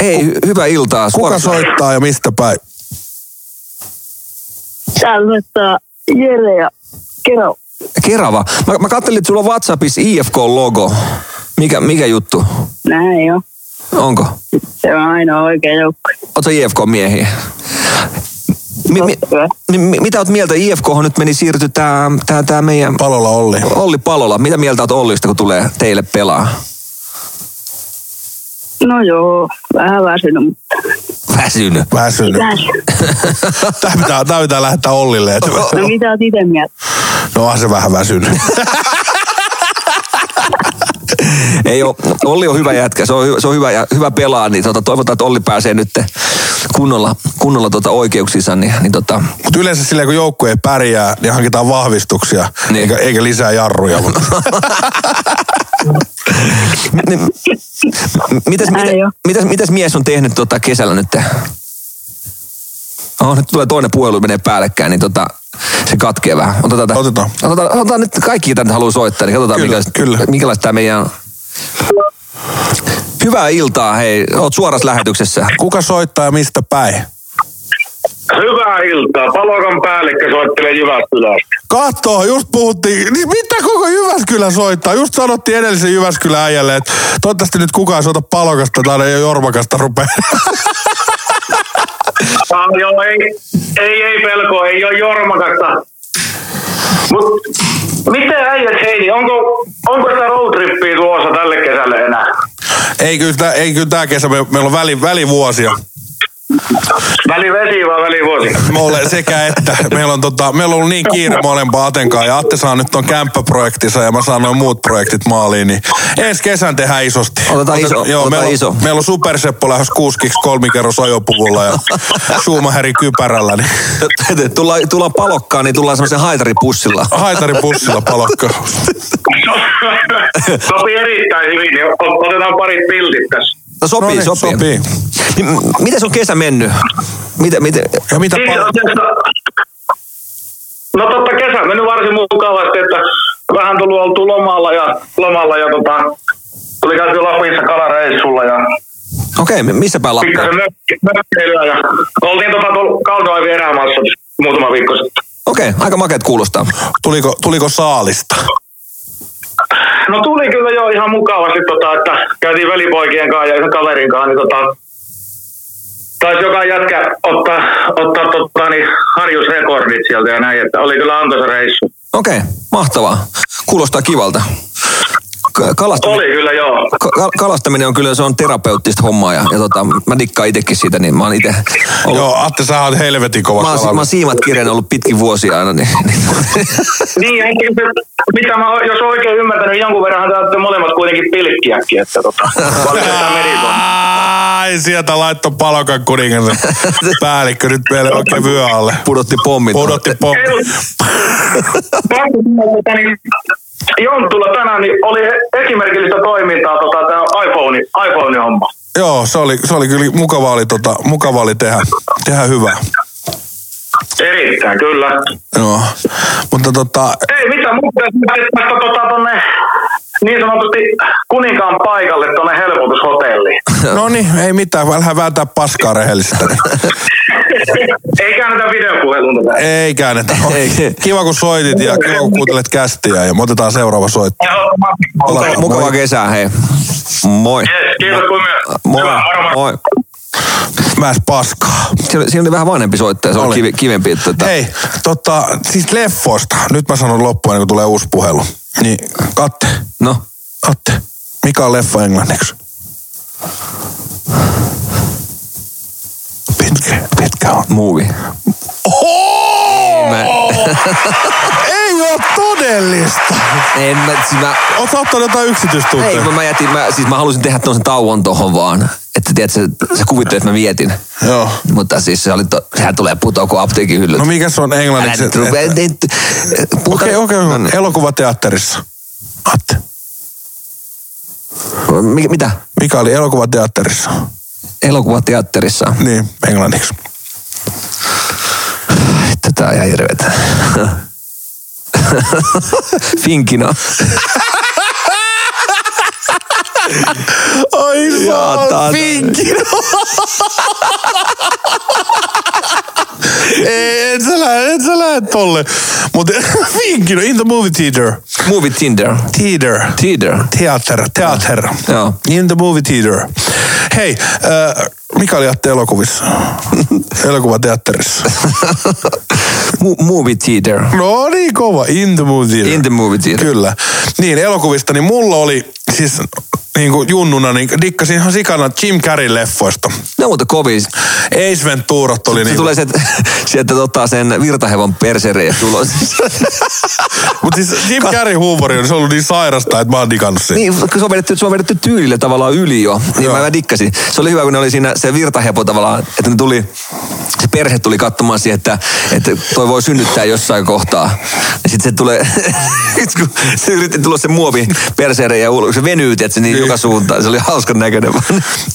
[SPEAKER 2] Hei, hy- hyvää iltaa.
[SPEAKER 1] Kuka
[SPEAKER 2] Suora-
[SPEAKER 1] soittaa ja mistä päin?
[SPEAKER 8] Täällä soittaa Jere ja Kero.
[SPEAKER 2] Kerava. Mä, mä katselin, että sulla on WhatsAppissa IFK-logo. Mikä, mikä juttu?
[SPEAKER 8] Näin joo.
[SPEAKER 2] Onko?
[SPEAKER 8] Se on ainoa oikea joukkue.
[SPEAKER 2] Oletko IFK-miehiä? Mi, mi, mi, mi, mitä oot mieltä? IFK on nyt meni siirty tää, tää, tää meidän
[SPEAKER 1] Palola Olli.
[SPEAKER 2] Olli Palola. Mitä mieltä oot Ollista, kun tulee teille pelaa?
[SPEAKER 8] No joo, vähän väsynyt, mutta
[SPEAKER 2] Väsynyt.
[SPEAKER 1] Väsynyt.
[SPEAKER 8] väsynyt.
[SPEAKER 1] Tää pitää, tää pitää lähettää Ollille. Että...
[SPEAKER 8] No mitä oot ite mieltä?
[SPEAKER 1] No on se vähän väsynyt.
[SPEAKER 2] Ei oo, Olli on hyvä jätkä, se on, hy- se on hyvä, ja hyvä pelaa, niin tota, toivotaan, että Olli pääsee nyt kunnolla, kunnolla tota oikeuksissa, niin, niin tota,
[SPEAKER 1] Mutta yleensä silleen, kun joukkue ei pärjää, niin hankitaan vahvistuksia.
[SPEAKER 2] Niin.
[SPEAKER 1] Eikä, eikä lisää jarruja. Mutta
[SPEAKER 2] Niin, m- mitäs, mitä,
[SPEAKER 8] Ai joo.
[SPEAKER 2] mitäs, mitäs mies on tehnyt tota kesällä nyt? Oh, nyt tulee toinen puhelu, menee päällekkäin, niin tota, se katkee vähän. Otetaan, tää-
[SPEAKER 1] Otetaan.
[SPEAKER 2] otetaan, otetaan nyt kaikki, mitä nyt haluaa soittaa, niin katsotaan,
[SPEAKER 1] Kyllä,
[SPEAKER 2] minkälaista,
[SPEAKER 1] kyllä.
[SPEAKER 2] minkälaista tämä meidän on. Hyvää iltaa, hei. Oot suorassa lähetyksessä.
[SPEAKER 1] kuka soittaa ja mistä päin?
[SPEAKER 7] Hyvää iltaa. Palokan päällikkö soittelee Jyväskylästä.
[SPEAKER 1] Katso, just puhuttiin. Niin mitä koko Jyväskylä soittaa? Just sanottiin edellisen Jyväskylän äijälle, että toivottavasti nyt kukaan ei soita palokasta tai ei jormakasta rupea.
[SPEAKER 7] Ah, joo, ei, ei, ei pelko, ei ole Jormakasta. Mut miten äijät Heini, onko, onko sitä roadtrippia tulossa tälle kesälle enää?
[SPEAKER 1] ei, kyllä, tää- ei kyllä tää kesä, me, meillä on väli, välivuosia.
[SPEAKER 7] Väli vesi vai väli vuosi?
[SPEAKER 1] Mä olen sekä että. Meillä on, tota, meillä on ollut niin kiire molempaa Atenkaan ja Atte saa nyt on kämppäprojektinsa ja mä saan noin muut projektit maaliin, niin ensi kesän tehdään isosti.
[SPEAKER 2] Otetaan iso,
[SPEAKER 1] Joo,
[SPEAKER 2] otetaan
[SPEAKER 1] meillä,
[SPEAKER 2] iso.
[SPEAKER 1] On, meillä on superseppo lähes kuuskiksi kolmikerros ajopuvulla ja Schumacheri kypärällä, niin
[SPEAKER 2] tullaan, tullaan palokkaan, niin tullaan semmoisen haitaripussilla.
[SPEAKER 1] haitaripussilla palokka.
[SPEAKER 7] Sopii erittäin hyvin. ja ot- Otetaan parit piltit tässä.
[SPEAKER 2] No sopii,
[SPEAKER 1] No niin,
[SPEAKER 2] sopii.
[SPEAKER 1] sopii.
[SPEAKER 2] Niin, m- miten se on kesä mennyt? Miten, miten?
[SPEAKER 1] Ja mitä
[SPEAKER 7] Niin,
[SPEAKER 1] pal-
[SPEAKER 7] oikeastaan- No totta kesä on mennyt varsin mukavasti, että vähän tullut oltu lomalla ja, lomalla ja tota, tuli käyty Lapissa kalareissulla ja
[SPEAKER 2] Okei, okay, missä päin Lappia?
[SPEAKER 7] pikkasen mökki- mökkeilyä ja oltiin tota tuolla Kaltoaivin erämaassa muutama viikko sitten.
[SPEAKER 2] Okei, okay, aika makeet kuulostaa.
[SPEAKER 1] tuliko, tuliko saalista?
[SPEAKER 7] No tuli kyllä jo ihan mukavasti, tota, että käytiin velipoikien kanssa ja yhden kaverin kanssa, niin tota, taisi joka jätkä ottaa, ottaa tota, niin harjusrekordit sieltä ja näin, että oli kyllä antoisa reissu.
[SPEAKER 2] Okei, okay, mahtavaa. Kuulostaa kivalta. Ka- Kalastaminen,
[SPEAKER 7] Oli kyllä joo.
[SPEAKER 2] ka- kalastaminen on kyllä se on terapeuttista hommaa ja, ja tota, mä dikkaan itsekin siitä, niin mä oon itse ollut,
[SPEAKER 1] Joo, Atte, sä oot helvetin kova
[SPEAKER 2] mä oon, si- mä oon
[SPEAKER 1] kalamies.
[SPEAKER 2] siimat kirjana ollut pitkin vuosia aina. Niin, niin.
[SPEAKER 7] Niin, enkä, mitä mä, oon- jos oon oikein ymmärtänyt, niin jonkun verran te olette molemmat kuitenkin pilkkiäkin, että tota, valitetaan merikoon.
[SPEAKER 1] Ai, sieltä laittoi palokan kuningas päällikkö nyt meille oikein vyö alle.
[SPEAKER 2] Pudotti pommit.
[SPEAKER 1] Odotti pommi.
[SPEAKER 7] Pakko sanoa, että niin Jonttulla tänään niin oli esimerkillistä toimintaa tota, tämä iPhone, iPhone-homma.
[SPEAKER 1] Joo, se oli, se oli kyllä mukavaa oli, tota, mukavaa oli tehdä, tehdä hyvää.
[SPEAKER 7] Erittäin, kyllä.
[SPEAKER 1] Joo, mutta tota,
[SPEAKER 7] Ei mitään muuta, että tästä tota, tonne niin sanotusti kuninkaan paikalle tuonne helpotushotelliin.
[SPEAKER 1] no niin, ei mitään, vähän vääntää paskaa rehellisesti.
[SPEAKER 7] Ei käännetä videopuhelun tätä.
[SPEAKER 1] Ei käännetä. No,
[SPEAKER 2] Ei.
[SPEAKER 1] Kiva kun soitit ja kiva kun kuuntelet kästiä ja me otetaan seuraava soitto.
[SPEAKER 2] Mukava- Mukavaa kesää, hei. Moi.
[SPEAKER 7] Yes, kiitos kun
[SPEAKER 2] Moi.
[SPEAKER 7] Hyvä, moro, moro.
[SPEAKER 2] Moi.
[SPEAKER 1] Mä en paskaa.
[SPEAKER 2] Siinä, siinä oli vähän vanhempi soittaja, se oli
[SPEAKER 1] Oli.
[SPEAKER 2] kive, kivempi. että Tota,
[SPEAKER 1] Hei, tota, siis leffoista. Nyt mä sanon loppuun, ennen kuin tulee uusi puhelu. Niin, Atte,
[SPEAKER 2] No,
[SPEAKER 1] Atte, mikä on leffa englanniksi? Pitkä, pitkä on.
[SPEAKER 2] Muuvi.
[SPEAKER 1] Oho!
[SPEAKER 2] Mä,
[SPEAKER 1] Ei oo todellista!
[SPEAKER 2] en mä, siis mä,
[SPEAKER 1] Oot ottanut jotain
[SPEAKER 2] ei,
[SPEAKER 1] yksityistunteja?
[SPEAKER 2] kun mä, jätin, mä, siis mä halusin tehdä tuon tauon tohon vaan. Että tiedätkö, sä kuvittelet, että mä mietin.
[SPEAKER 1] Joo.
[SPEAKER 2] Mutta siis se oli to, sehän tulee putoa kuin apteekin hyllyt.
[SPEAKER 1] No mikä se on
[SPEAKER 2] Älä
[SPEAKER 1] englanniksi?
[SPEAKER 2] nyt
[SPEAKER 1] Että-
[SPEAKER 2] rupea, niin,
[SPEAKER 1] Okei,
[SPEAKER 2] ei- ei- puhutaan-
[SPEAKER 1] okei,
[SPEAKER 2] No
[SPEAKER 1] okei.
[SPEAKER 2] niin.
[SPEAKER 1] Elokuvateatterissa. Atte.
[SPEAKER 2] Mi- Mitä?
[SPEAKER 1] Mikä oli elokuvateatterissa?
[SPEAKER 2] Elokuvateatterissa.
[SPEAKER 1] Niin, englanniksi.
[SPEAKER 2] Että tää on ihan hirveetä. Finkina.
[SPEAKER 1] Ai
[SPEAKER 2] saatana.
[SPEAKER 1] Finkino. Ei, et sä lähde, et sä lähde tolle. Mut Finkino, in the movie theater.
[SPEAKER 2] Movie Tinder.
[SPEAKER 1] Theater.
[SPEAKER 2] Tinder.
[SPEAKER 1] Theater, theater.
[SPEAKER 2] Joo.
[SPEAKER 1] In the movie theater. Hei, äh, mikä oli Atte elokuvissa? Elokuvateatterissa.
[SPEAKER 2] Mu- movie Theater.
[SPEAKER 1] No niin kova, in the movie theater.
[SPEAKER 2] In the movie theater.
[SPEAKER 1] Kyllä. Niin, elokuvista, niin mulla oli siis niin kuin junnuna, niin dikkasin ihan sikana Jim Carrey leffoista.
[SPEAKER 2] No mutta kovin.
[SPEAKER 1] Ace Venturat oli
[SPEAKER 2] Se
[SPEAKER 1] niin.
[SPEAKER 2] tulee se, sieltä tota sen virtahevon persereen tulos.
[SPEAKER 1] Mutta siis Jim Carrey huumori on se on ollut niin sairasta, että mä oon digannut sen.
[SPEAKER 2] Niin, kun se on vedetty, se on vedetty tyylillä tavallaan yli jo. Niin
[SPEAKER 1] Joo.
[SPEAKER 2] mä, mä dikkasin. Se oli hyvä, kun ne oli siinä se virtahepo tavallaan, että ne tuli, se perhe tuli katsomaan siihen, että, että toi voi synnyttää jossain kohtaa. Ja sitten se tulee, sit kun se yritti tulla se muovi perseereen ja ulos, se venyy, että se niin,
[SPEAKER 1] Niin.
[SPEAKER 2] joka suuntaan. Se oli hauskan näköinen. vaan.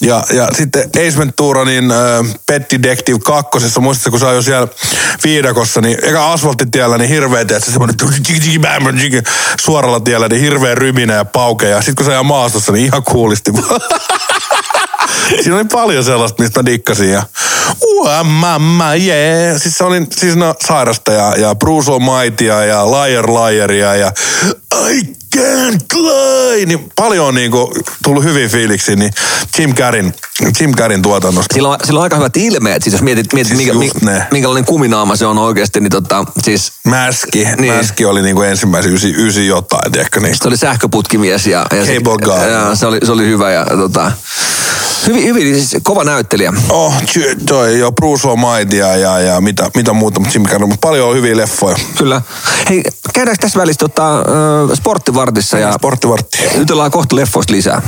[SPEAKER 1] Ja, ja sitten Ace Ventura, niin äh, Pet Detective 2, muistatko kun sä jo siellä viidakossa, niin eka asfalttitiellä, niin hirveä teet se semmoinen tsk, tsk, tsk, bam, bam, tsk, suoralla tiellä, niin hirveä ryminä ja pauke. Ja sitten kun sä ajaa maastossa, niin ihan kuulisti. Siinä oli paljon sellaista, mistä mä dikkasin. Ja mamma, jee. Yeah. Siis se oli siis no, sairasta ja, ja Bruce Almightyä ja Liar Liaria ja I can't lie. Niin paljon on niinku tullut hyvin fiiliksi, niin Jim Carin, Jim Carin tuotannosta.
[SPEAKER 2] Sillä on, sillä on aika hyvät ilmeet, siis jos mietit, mietit
[SPEAKER 1] Siis
[SPEAKER 2] siis
[SPEAKER 1] just ne.
[SPEAKER 2] minkä, minkälainen kuminaama se on oikeasti, niin tota, siis
[SPEAKER 1] Mäski, niin.
[SPEAKER 2] Niin.
[SPEAKER 1] Mäski oli niinku ensimmäisen ysi, ysi jotain, tiedätkö niin.
[SPEAKER 2] se oli sähköputkimies ja, ja, se,
[SPEAKER 1] Cable guy.
[SPEAKER 2] ja se, oli, se oli hyvä ja tota, hyvin, hyvin siis kova näyttelijä.
[SPEAKER 1] Oh, ty- toi jo Bruce Almightyä ja, ja mitä, mitä muuta, mutta Jim Carin, mutta paljon on hyviä leffoja.
[SPEAKER 2] Kyllä. Hei, käydäänkö tässä välissä tota, ö, sporttivartissa ja
[SPEAKER 1] Ja. Sporttivartti.
[SPEAKER 2] jutellaan kohta leffoista lisää.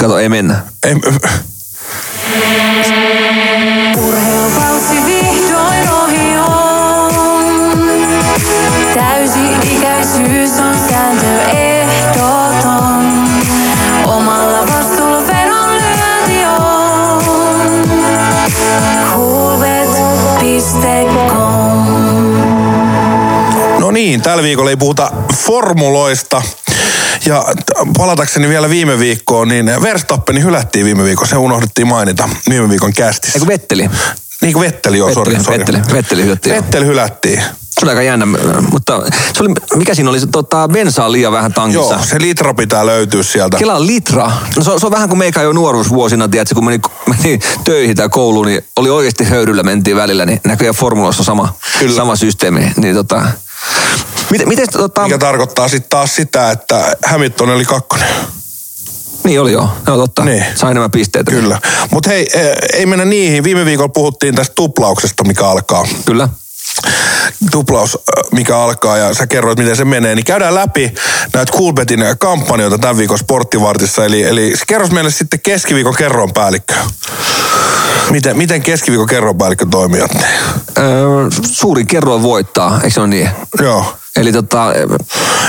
[SPEAKER 2] Kato, ei mennä.
[SPEAKER 1] Ei,
[SPEAKER 9] Urheilukausi vihdoin ohi on. Täysi-ikäisyys on sääntö ehdoton. Omalla vastuulla veron lyönti on. Coolbet.com
[SPEAKER 1] No niin, tällä viikolla ei puhuta formuloista. Ja t- palatakseni vielä viime viikkoon, niin Verstappeni hylättiin viime viikolla. Se unohdettiin mainita viime viikon kästissä.
[SPEAKER 2] Eikö Vetteli?
[SPEAKER 1] Niin kuin Vetteli, joo, sori.
[SPEAKER 2] Vetteli,
[SPEAKER 1] sori.
[SPEAKER 2] Vetteli, Vetteli hylättiin.
[SPEAKER 1] Vetteli hylättiin.
[SPEAKER 2] Se oli aika jännä, mutta se oli, mikä siinä oli? Se, Tota, bensaa liian vähän tankissa.
[SPEAKER 1] Joo, se litra pitää löytyä sieltä.
[SPEAKER 2] Kela on litra. No se, on, se on vähän kuin meikä jo nuoruusvuosina, tiedätkö, kun meni, meni töihin tai kouluun, niin oli oikeasti höyryllä mentiin välillä, niin näköjään formuloissa on sama,
[SPEAKER 1] Kyllä.
[SPEAKER 2] sama systeemi. Niin tota, miten, miten tota,
[SPEAKER 1] Mikä tarkoittaa sitten taas sitä, että Hamilton oli kakkonen.
[SPEAKER 2] Niin oli joo, no totta.
[SPEAKER 1] Niin.
[SPEAKER 2] Niin. Sain enemmän pisteitä.
[SPEAKER 1] Kyllä. Mutta hei, eh, ei mennä niihin. Viime viikolla puhuttiin tästä tuplauksesta, mikä alkaa.
[SPEAKER 2] Kyllä.
[SPEAKER 1] tuplaus, äh, mikä alkaa ja sä kerroit, miten se menee, niin käydään läpi näitä Coolbetin kampanjoita tämän viikon sporttivartissa. Eli, eli kerros meille sitten keskiviikon kerron päällikkö. Miten, miten keskiviikon kerron päällikkö toimii? Atte?
[SPEAKER 2] Öö, suuri kerroin voittaa, eikö se ole niin?
[SPEAKER 1] Joo.
[SPEAKER 2] Eli tota,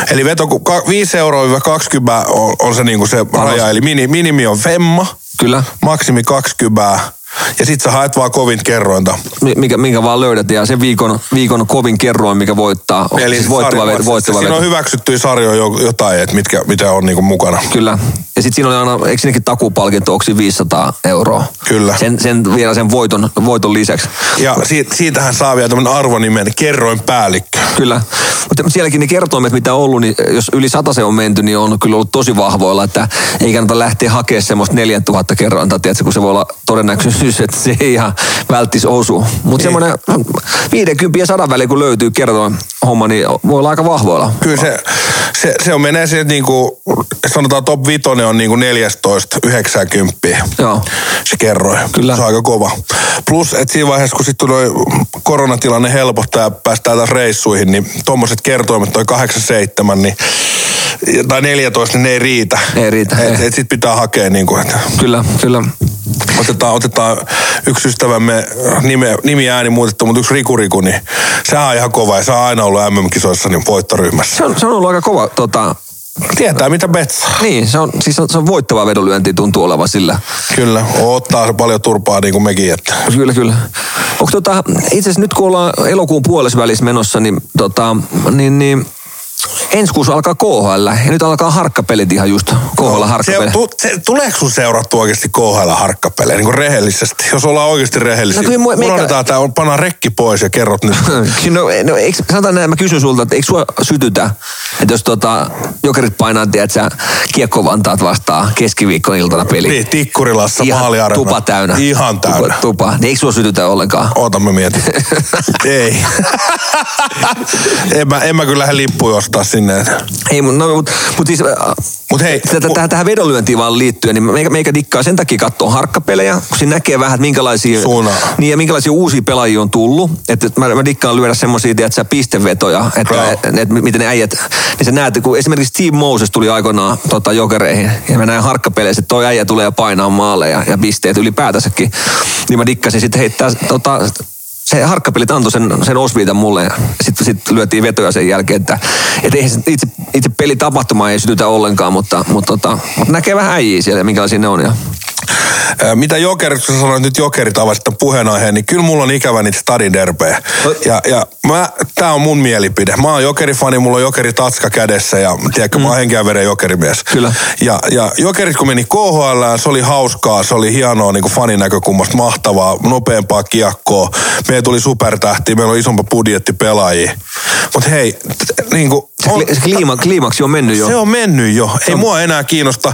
[SPEAKER 1] Eli veto ku- ka- 5 euroa 20 on, on se, niinku se raja, eli mini, minimi on femma,
[SPEAKER 2] kyllä,
[SPEAKER 1] maksimi 20 ja sit sä haet vaan kovin kerrointa.
[SPEAKER 2] mi- minkä, minkä vaan löydät. Ja sen viikon, viikon kovin kerroin, mikä voittaa. Eli siis voittava,
[SPEAKER 1] sarja-
[SPEAKER 2] vet- voittava
[SPEAKER 1] Siinä on
[SPEAKER 2] vet-
[SPEAKER 1] hyväksyttyjä sarjoja jo- jotain, että mitkä, mitä on niinku mukana.
[SPEAKER 2] Kyllä. Ja sitten siinä oli aina, eikö siinäkin takupalkinto, onko siinä 500 euroa?
[SPEAKER 1] Kyllä.
[SPEAKER 2] Sen, sen, vielä sen voiton, voiton lisäksi.
[SPEAKER 1] Ja si- siitähän saa vielä tämän arvonimen kerroin päällikkö.
[SPEAKER 2] Kyllä. Mutta sielläkin ne kertoimet, mitä on ollut, niin jos yli se on menty, niin on kyllä ollut tosi vahvoilla, että ei kannata lähteä hakemaan semmoista 4000 kerrointa, tiedätkö, kun se voi olla todennäköisyys, että se ei ihan välttis osu. Mutta semmoinen 50 ja 100 väliin, kun löytyy kertoin homma, niin voi olla aika vahvoilla.
[SPEAKER 1] Kyllä se, se, se on menee sieltä niinku, sanotaan top 5 on niinku 14, 90.
[SPEAKER 2] Joo.
[SPEAKER 1] Se kerroi.
[SPEAKER 2] Kyllä.
[SPEAKER 1] Se on aika kova. Plus, että siinä vaiheessa, kun sitten tuli koronatilanne helpottaa ja päästään taas reissuihin, niin tuommoiset kertoimet, toi 87, niin, tai 14, niin ne ei riitä.
[SPEAKER 2] Ei riitä,
[SPEAKER 1] Et,
[SPEAKER 2] ei.
[SPEAKER 1] et sit pitää hakea niinku, että
[SPEAKER 2] Kyllä, kyllä.
[SPEAKER 1] otetaan, otetaan yksi ystävämme nime, nimi ääni muutettu, mutta yksi Riku Riku, niin sehän on ihan kova ja se on aina ollut MM-kisoissa niin voittoryhmässä.
[SPEAKER 2] Se on, se on ollut aika kova, tota,
[SPEAKER 1] Tietää mitä betsaa.
[SPEAKER 2] niin, se on, siis se on, se on voittava vedonlyönti tuntuu olevan sillä.
[SPEAKER 1] Kyllä, ottaa paljon turpaa niin kuin mekin, että
[SPEAKER 2] Kyllä, kyllä. Onko tota, itse asiassa nyt kun ollaan elokuun puolessa välissä menossa, niin, tota, niin, niin ensi kuussa alkaa KHL ja nyt alkaa harkkapelit ihan just. KHL
[SPEAKER 1] No, se,
[SPEAKER 2] harkkapelit.
[SPEAKER 1] tu, se, tuleeko sun seurattu oikeasti KHL harkkapelejä, niin kuin rehellisesti? Jos ollaan oikeasti rehellisiä,
[SPEAKER 2] No
[SPEAKER 1] no,
[SPEAKER 2] kyllä mua- meikä-
[SPEAKER 1] unohdetaan tämä, on- pannaan rekki pois ja kerrot nyt.
[SPEAKER 2] No, no eikö, sanotaan näin, mä kysyn sulta, että eikö sua sytytä, että jos tota, jokerit painaa, tiedätkö, kiekkovantaat vastaan keskiviikkoiltana peli.
[SPEAKER 1] niin, Tikkurilassa
[SPEAKER 2] Ihan
[SPEAKER 1] maaliareena.
[SPEAKER 2] tupa täynnä.
[SPEAKER 1] Ihan täynnä.
[SPEAKER 2] Tupa, tupa. Niin eikö sua sytytä ollenkaan?
[SPEAKER 1] Oota mä mietin. Ei. en, mä, en mä kyllä lähde lippuja ostaa sinne.
[SPEAKER 2] Ei, mutta no, mut, mut siis, äh,
[SPEAKER 1] Mut hei,
[SPEAKER 2] Tätä,
[SPEAKER 1] mu-
[SPEAKER 2] tähän, tähän vedonlyöntiin vaan liittyen, niin meikä, meikä dikkaa sen takia katsoa harkkapelejä, kun siinä näkee vähän, että minkälaisia,
[SPEAKER 1] Suunaa.
[SPEAKER 2] niin, ja minkälaisia uusia pelaajia on tullut. Että mä, mä dikkaan lyödä semmoisia, että pistevetoja, että,
[SPEAKER 1] Joo.
[SPEAKER 2] että, että miten ne äijät, niin sä näet, kun esimerkiksi Steve Moses tuli aikoinaan tota, jokereihin, ja mä näin harkkapeleissä, että toi äijä tulee ja painaa maaleja ja pisteet ylipäätänsäkin, niin mä dikkasin sitten heittää tota, se harkkapelit antoi sen, sen osviitan mulle ja sitten sit lyötiin vetoja sen jälkeen, että et eihän se itse, itse pelitapahtuma ei sytytä ollenkaan, mutta, mutta, tota, mutta näkee vähän äijiä siellä, minkälaisia ne on. Ja,
[SPEAKER 1] Ö, Mitä jokerit, kun sä sanoit nyt jokerit avasit tämän puheenaiheen, niin kyllä mulla on ikävä niitä stadiderpejä.
[SPEAKER 2] No-
[SPEAKER 1] Ja, ja mä, tää on mun mielipide. Mä oon jokerifani, mulla on jokeri tatska kädessä ja tiedätkö, mm. mä oon henkeä veren jokerimies.
[SPEAKER 2] Kyllä.
[SPEAKER 1] Ja, ja jokerit kun meni KHL, se oli hauskaa, se oli hienoa niin kuin fanin näkökulmasta, mahtavaa, nopeampaa kiekkoa. Meillä tuli supertähti, meillä on isompi budjetti pelaajia. Mutta hei, t- niin kuin,
[SPEAKER 2] se, on, se kliima, kliimaksi on mennyt jo.
[SPEAKER 1] se on mennyt jo. Ei mua enää kiinnosta.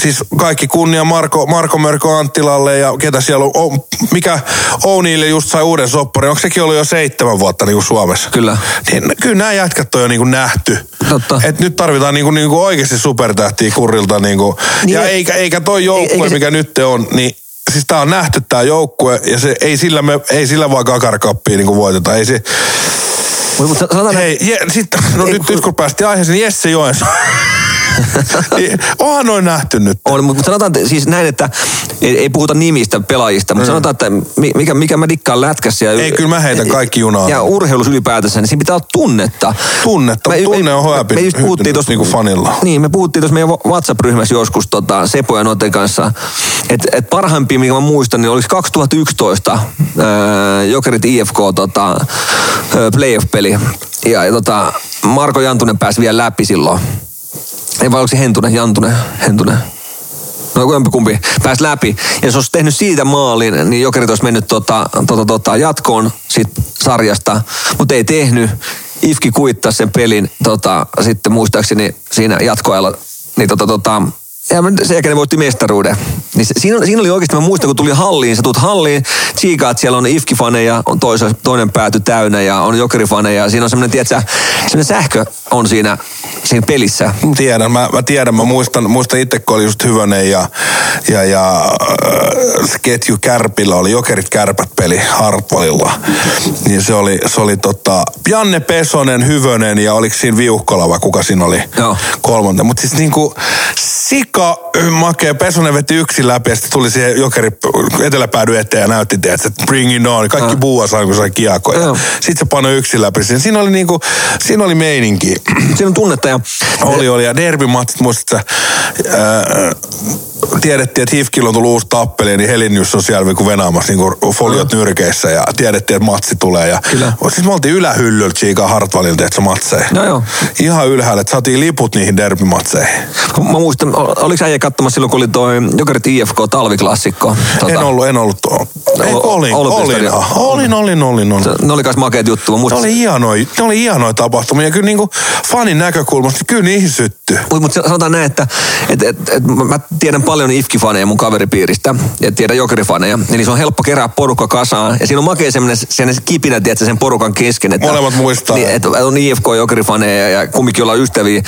[SPEAKER 1] Siis kaikki kunnia Marko, Marko Mörkö Anttilalle ja ketä siellä on. on mikä Ouniille just sai uuden sopparin. Onko sekin ollut jo seitsemän vuotta niin kuin Suomessa?
[SPEAKER 2] Kyllä.
[SPEAKER 1] Niin, kyllä nämä jätkät on jo niin kuin nähty.
[SPEAKER 2] Totta.
[SPEAKER 1] Et nyt tarvitaan niin kuin, niin kuin oikeasti supertähtiä kurilta. Niin kuin.
[SPEAKER 2] Niin
[SPEAKER 1] Niin ja
[SPEAKER 2] ja-
[SPEAKER 1] eikä, eikä toi joukkue,
[SPEAKER 2] eikä se-
[SPEAKER 1] mikä nyt on, niin Siis tää on nähty tää joukkue ja se, ei, sillä me, ei sillä vaan kakarkappia niin voiteta. Ei se,
[SPEAKER 2] Mut, mut, sanotaan,
[SPEAKER 1] Hei, je, sit, no
[SPEAKER 2] Ei,
[SPEAKER 1] nyt,
[SPEAKER 2] kun-
[SPEAKER 1] nyt kun päästiin aiheeseen, niin Jesse Joensuu. Niin, Onhan noin nähty nyt.
[SPEAKER 2] On, mutta sanotaan että siis näin, että ei, ei puhuta nimistä pelaajista, mutta mm. sanotaan, että mi- mikä, mikä mä dikkaan lätkässä. Ja, e-
[SPEAKER 1] Ei, kyllä mä heitän kaikki junaan.
[SPEAKER 2] Ja urheilussa ylipäätänsä, niin siinä pitää olla tunnetta.
[SPEAKER 1] Tunnetta,
[SPEAKER 2] Me-
[SPEAKER 1] tunne
[SPEAKER 2] me-
[SPEAKER 1] on
[SPEAKER 2] me-
[SPEAKER 1] hääpi-
[SPEAKER 2] Me just puhuttiin
[SPEAKER 1] hyötynyt
[SPEAKER 2] tuossa,
[SPEAKER 1] niinku fanilla.
[SPEAKER 2] Niin, me puhuttiin tuossa meidän wa- WhatsApp-ryhmässä joskus tota, Sepo ja Noten kanssa, että et parhaimpia, mikä mä muistan, niin olisi 2011 öö, Jokerit IFK tota, öö, playoff-peli. Ja, ja tota, Marko Jantunen pääsi vielä läpi silloin. Ei vai oliko se Hentunen, Jantunen, Hentunen. No jompikumpi pääsi läpi. Ja se olisi tehnyt siitä maalin, niin Jokerit olisi mennyt tota, tota, tota, jatkoon sit sarjasta, mutta ei tehnyt. Ifki kuittaa sen pelin tota, sitten muistaakseni siinä jatkoajalla. Niin tota, tota, ja mä- sen jälkeen ne voitti mestaruuden. Niin se, siinä, siinä, oli oikeasti, mä muistan, kun tuli halliin, sä tuut halliin, tsiikaat, siellä on Ifki-faneja, on toisa, toinen pääty täynnä ja on Jokeri-faneja. Siinä on semmoinen, tiedätkö, semmoinen sähkö on siinä, siinä pelissä.
[SPEAKER 1] Tiedän, mä, mä tiedän, mä muistan, muistan itse, kun oli just Hyvönen ja, ja, ja äh, se ketju Kärpillä oli Jokerit Kärpät peli Hartwallilla. Niin se oli, se oli tota, Janne Pesonen, Hyvönen ja oliko siinä Viuhkola vai kuka siinä oli?
[SPEAKER 2] Joo.
[SPEAKER 1] Kolmanta. Mutta siis niinku sika äh, makea. Pesonen veti yksin läpi ja sitten tuli siihen Jokeri eteläpäädy eteen ja näytti, tiedätkö, että bring it on. Kaikki
[SPEAKER 2] Joo.
[SPEAKER 1] buua sai, kun sai kiekoja.
[SPEAKER 2] Joo.
[SPEAKER 1] Sitten se panoi yksin läpi. sen. Siinä oli, niinku, siinä oli meininki.
[SPEAKER 2] Siinä on tunnetta ja
[SPEAKER 1] Oli, oli. Ja derbymatsit muistatko, ää, äh, tiedettiin, että Hifkillä on tullut uusi tappeli, niin Helinius on siellä niinku venaamassa niinku foliot nyrkeissä ja tiedettiin, että matsi tulee. Ja
[SPEAKER 2] Kyllä.
[SPEAKER 1] Siis me oltiin ylähyllyllä Chiika Hartwallilta, että se matseja.
[SPEAKER 2] No joo.
[SPEAKER 1] Ihan ylhäällä, että saatiin liput niihin derbimatseihin.
[SPEAKER 2] Mä muistan, ol- oliko äijä katsomassa silloin, kun oli toi Jokerit IFK talviklassikko?
[SPEAKER 1] En ollut, en ollut. tuo- Ei,
[SPEAKER 2] Tota. Ol-
[SPEAKER 1] olin, olin,
[SPEAKER 2] Olympiastadion.
[SPEAKER 1] olin, olin, olin, olin.
[SPEAKER 2] Se- Ne oli kais makeet juttu. Mä
[SPEAKER 1] Ne
[SPEAKER 2] muistan,
[SPEAKER 1] oli hienoja, ne oli hienoja tapahtumia. Ja kyllä niinku fanin näkökulmasta, niin kyllä niihin syttyy.
[SPEAKER 2] Mut, mut sanotaan näin, että et, et, et, mä mä tiedän paljon Ifki-faneja mun kaveripiiristä ja tiedän jokerifaneja. Eli se on helppo kerää porukka kasaan. Ja siinä on makea semmoinen, semmoinen kipinä, tiedätkö, sen porukan kesken. Että,
[SPEAKER 1] Molemmat muistaa.
[SPEAKER 2] Niin, että on IFK jokerifaneja ja kumminkin ollaan ystäviä.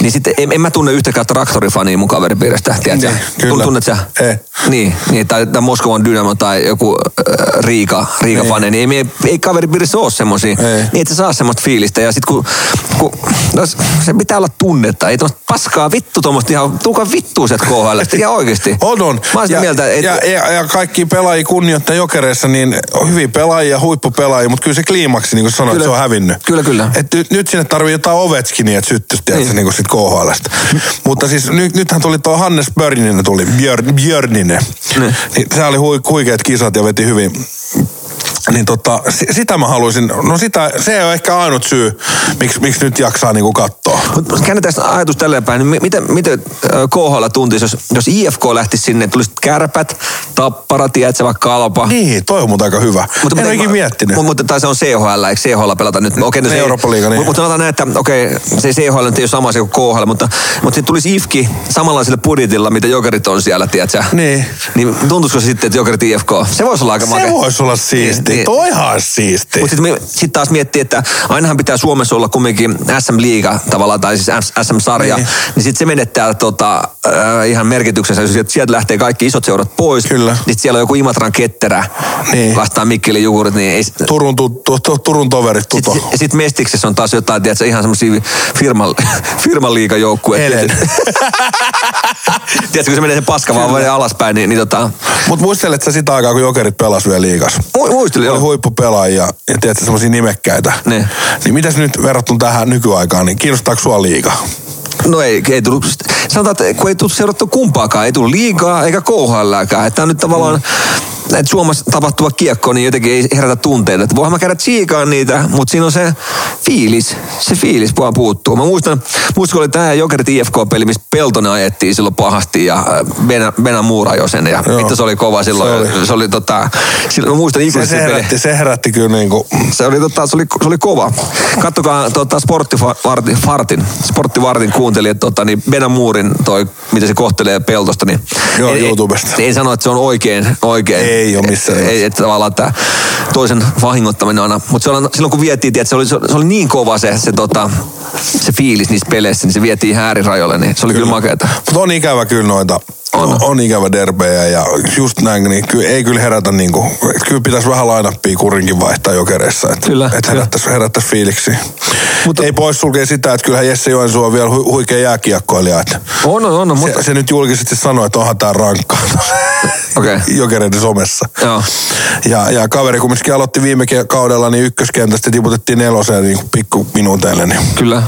[SPEAKER 2] Niin sitten en, en mä tunne yhtäkään traktorifania mun kaveripiiristä, tiedätkö?
[SPEAKER 1] Niin, kyllä. Eh.
[SPEAKER 2] Tunnet sä?
[SPEAKER 1] Ei.
[SPEAKER 2] Niin, niin tai, tai Moskovan Dynamo tai joku äh, Riika, Riika fane, niin ei, me, ei kaveripiirissä ole semmosia.
[SPEAKER 1] Ei.
[SPEAKER 2] Niin et sä saa semmoista fiilistä. Ja sit kun, kun no, s- se pitää olla tunnetta, ei tuommoista paskaa vittu tuommoista ihan, tulkaa vittuun sieltä KHL, ihan oikeesti.
[SPEAKER 1] On, on.
[SPEAKER 2] Mä oon sitä
[SPEAKER 1] ja,
[SPEAKER 2] mieltä, että
[SPEAKER 1] ja, ja, ja kaikki pelaajia kunnioittaa jokereissa, niin on hyviä pelaajia, huippupelaajia, mutta kyllä se kliimaksi, niin kuin sanoit,
[SPEAKER 2] Kyllä.
[SPEAKER 1] se on hävinnyt.
[SPEAKER 2] Kyllä, kyllä.
[SPEAKER 1] Et nyt, nyt sinne tarvii jotain Ovechkinia, että syttyisi, tiedätkö,
[SPEAKER 2] Niin.
[SPEAKER 1] niin. niin sit KHLstä. mutta siis nyt, nythän tuli tuo Hannes Björninen, tuli Björn, Björninen.
[SPEAKER 2] Niin.
[SPEAKER 1] Niin. Se oli hui, huikeat kisat ja veti hyvin niin tota, si- sitä mä haluaisin, no sitä, se ei ole ehkä ainut syy, miksi, miksi nyt jaksaa niinku katsoa.
[SPEAKER 2] Mut Käännetään sitä ajatus tälleen päin. niin mi- Miten, miten ö, KHL tuntisi, jos, jos IFK lähti sinne, tulisi kärpät, tappara, tiedätkö, vaikka kalpa.
[SPEAKER 1] Niin, toi on muuten aika hyvä. Mutta, en ole ikinä miettinyt.
[SPEAKER 2] Mutta, mutta tai se on CHL, eikö CHL pelata nyt? Okei,
[SPEAKER 1] Ne Eurooppa-liiga, niin.
[SPEAKER 2] Mutta mut sanotaan näin, että okei, se CHL nyt ei ole sama asia kuin KHL, mutta, mutta sitten tulisi IFKI samanlaisella budjetilla, mitä jokerit on siellä, tiedätkö?
[SPEAKER 1] Niin.
[SPEAKER 2] Niin tuntuisiko se sitten, että jokerit IFK? Se voisi olla aika
[SPEAKER 1] Se
[SPEAKER 2] makea.
[SPEAKER 1] voisi olla siisti.
[SPEAKER 2] Niin,
[SPEAKER 1] Niin, Toihan olisi siisti.
[SPEAKER 2] Mutta sitten sit taas miettii, että ainahan pitää Suomessa olla kumminkin SM-liiga tavallaan, tai siis SM-sarja, niin,
[SPEAKER 1] Niin.
[SPEAKER 2] niin sitten se menettää tota, äh, ihan merkityksensä, jos sieltä- sieltä lähtee kaikki isot seurat pois.
[SPEAKER 1] Kyllä.
[SPEAKER 2] Niin sit siellä on joku Imatran ketterä
[SPEAKER 1] Niin.
[SPEAKER 2] vastaan Mikkelin jukurit, niin ei,
[SPEAKER 1] Turun, tu, tu, tu, Turun toverit tuto.
[SPEAKER 2] sitten sit Mestiksessä on taas jotain, tiedätkö, ihan semmoisia firman, firman liigajoukkueita.
[SPEAKER 1] Helen.
[SPEAKER 2] tiedätkö, kun se menee se paska vaan menee alaspäin, niin, niin tota,
[SPEAKER 1] Mutta muistelet sä sitä aikaa, kun jokerit pelas vielä liigas?
[SPEAKER 2] mu- muistelin,
[SPEAKER 1] Oli
[SPEAKER 2] joo.
[SPEAKER 1] huippupelaajia ja tiedätkö semmoisia nimekkäitä.
[SPEAKER 2] Niin.
[SPEAKER 1] niin mitäs nyt verrattuna tähän nykyaikaan, niin kiinnostaako sua liiga?
[SPEAKER 2] No ei, ei tullut, sanotaan, että kun ei tullut seurattu kumpaakaan, ei tullut liigaa eikä KHLääkään. Että on nyt tavallaan, että Suomessa tapahtuva kiekko, niin jotenkin ei herätä tunteita. Että voihan mä käydä tsiikaan niitä, mutta siinä on se fiilis, se fiilis vaan puuttuu. Mä muistan, muistan kun oli tämä Jokerit IFK-peli, missä Peltonen ajettiin silloin pahasti ja äh, Bena, Bena Muura jo sen. Ja
[SPEAKER 1] Joo.
[SPEAKER 2] vittu se oli kova silloin. Se
[SPEAKER 1] Se
[SPEAKER 2] oli, se oli tota, silloin, mä muistan
[SPEAKER 1] Se, se,
[SPEAKER 2] ikuisesti peli.
[SPEAKER 1] herätti, se herätti kyllä niinku...
[SPEAKER 2] Se oli, tota, se oli, se oli kova. Kattokaa tota, Sporttivartin, Sporttivartin kuuntelijat, tota, niin Bena Muurin toi, miten se kohtelee peltosta. Niin
[SPEAKER 1] Joo,
[SPEAKER 2] en- en-
[SPEAKER 1] YouTubesta.
[SPEAKER 2] En, sano, että se on oikein. oikein.
[SPEAKER 1] Ei oo missään
[SPEAKER 2] Ei,
[SPEAKER 1] nimessä.
[SPEAKER 2] ei, että tavallaan tämä toisen vahingottaminen aina. Mutta silloin kun vietiin, tiedät, se, oli, se oli niin kova se, se, tota, se fiilis niissä peleissä, niin se vietiin ihan äärirajoille, niin se oli kyllä, kyllä makeeta.
[SPEAKER 1] Mutta on ikävä kyllä noita.
[SPEAKER 2] On.
[SPEAKER 1] On. on ikävä derbejä ja just näin, niin kyllä, ei kyllä herätä niinku, et kyllä pitäisi vähän lainappia kurinkin vaihtaa jokereissa, että
[SPEAKER 2] Kyllä,
[SPEAKER 1] et
[SPEAKER 2] kyllä.
[SPEAKER 1] herättäisi, herättäisi fiiliksi.
[SPEAKER 2] Mutta-
[SPEAKER 1] Mutta... Ei poissulkee sitä, että kyllähän Jesse Joensuu on vielä hu- huikea jääkiekkoilija, että
[SPEAKER 2] On, on, on. Mutta,
[SPEAKER 1] Mutta... Se, se, nyt julkisesti sanoi, että onhan tää rankkaa
[SPEAKER 2] Okei.
[SPEAKER 1] jokereiden somessa.
[SPEAKER 2] Joo.
[SPEAKER 1] Ja, ja kaveri kumminkin aloitti viime ke- kaudella, niin ykköskentästä tiputettiin neloseen niin pikku minuuteille. Niin.
[SPEAKER 2] Kyllä.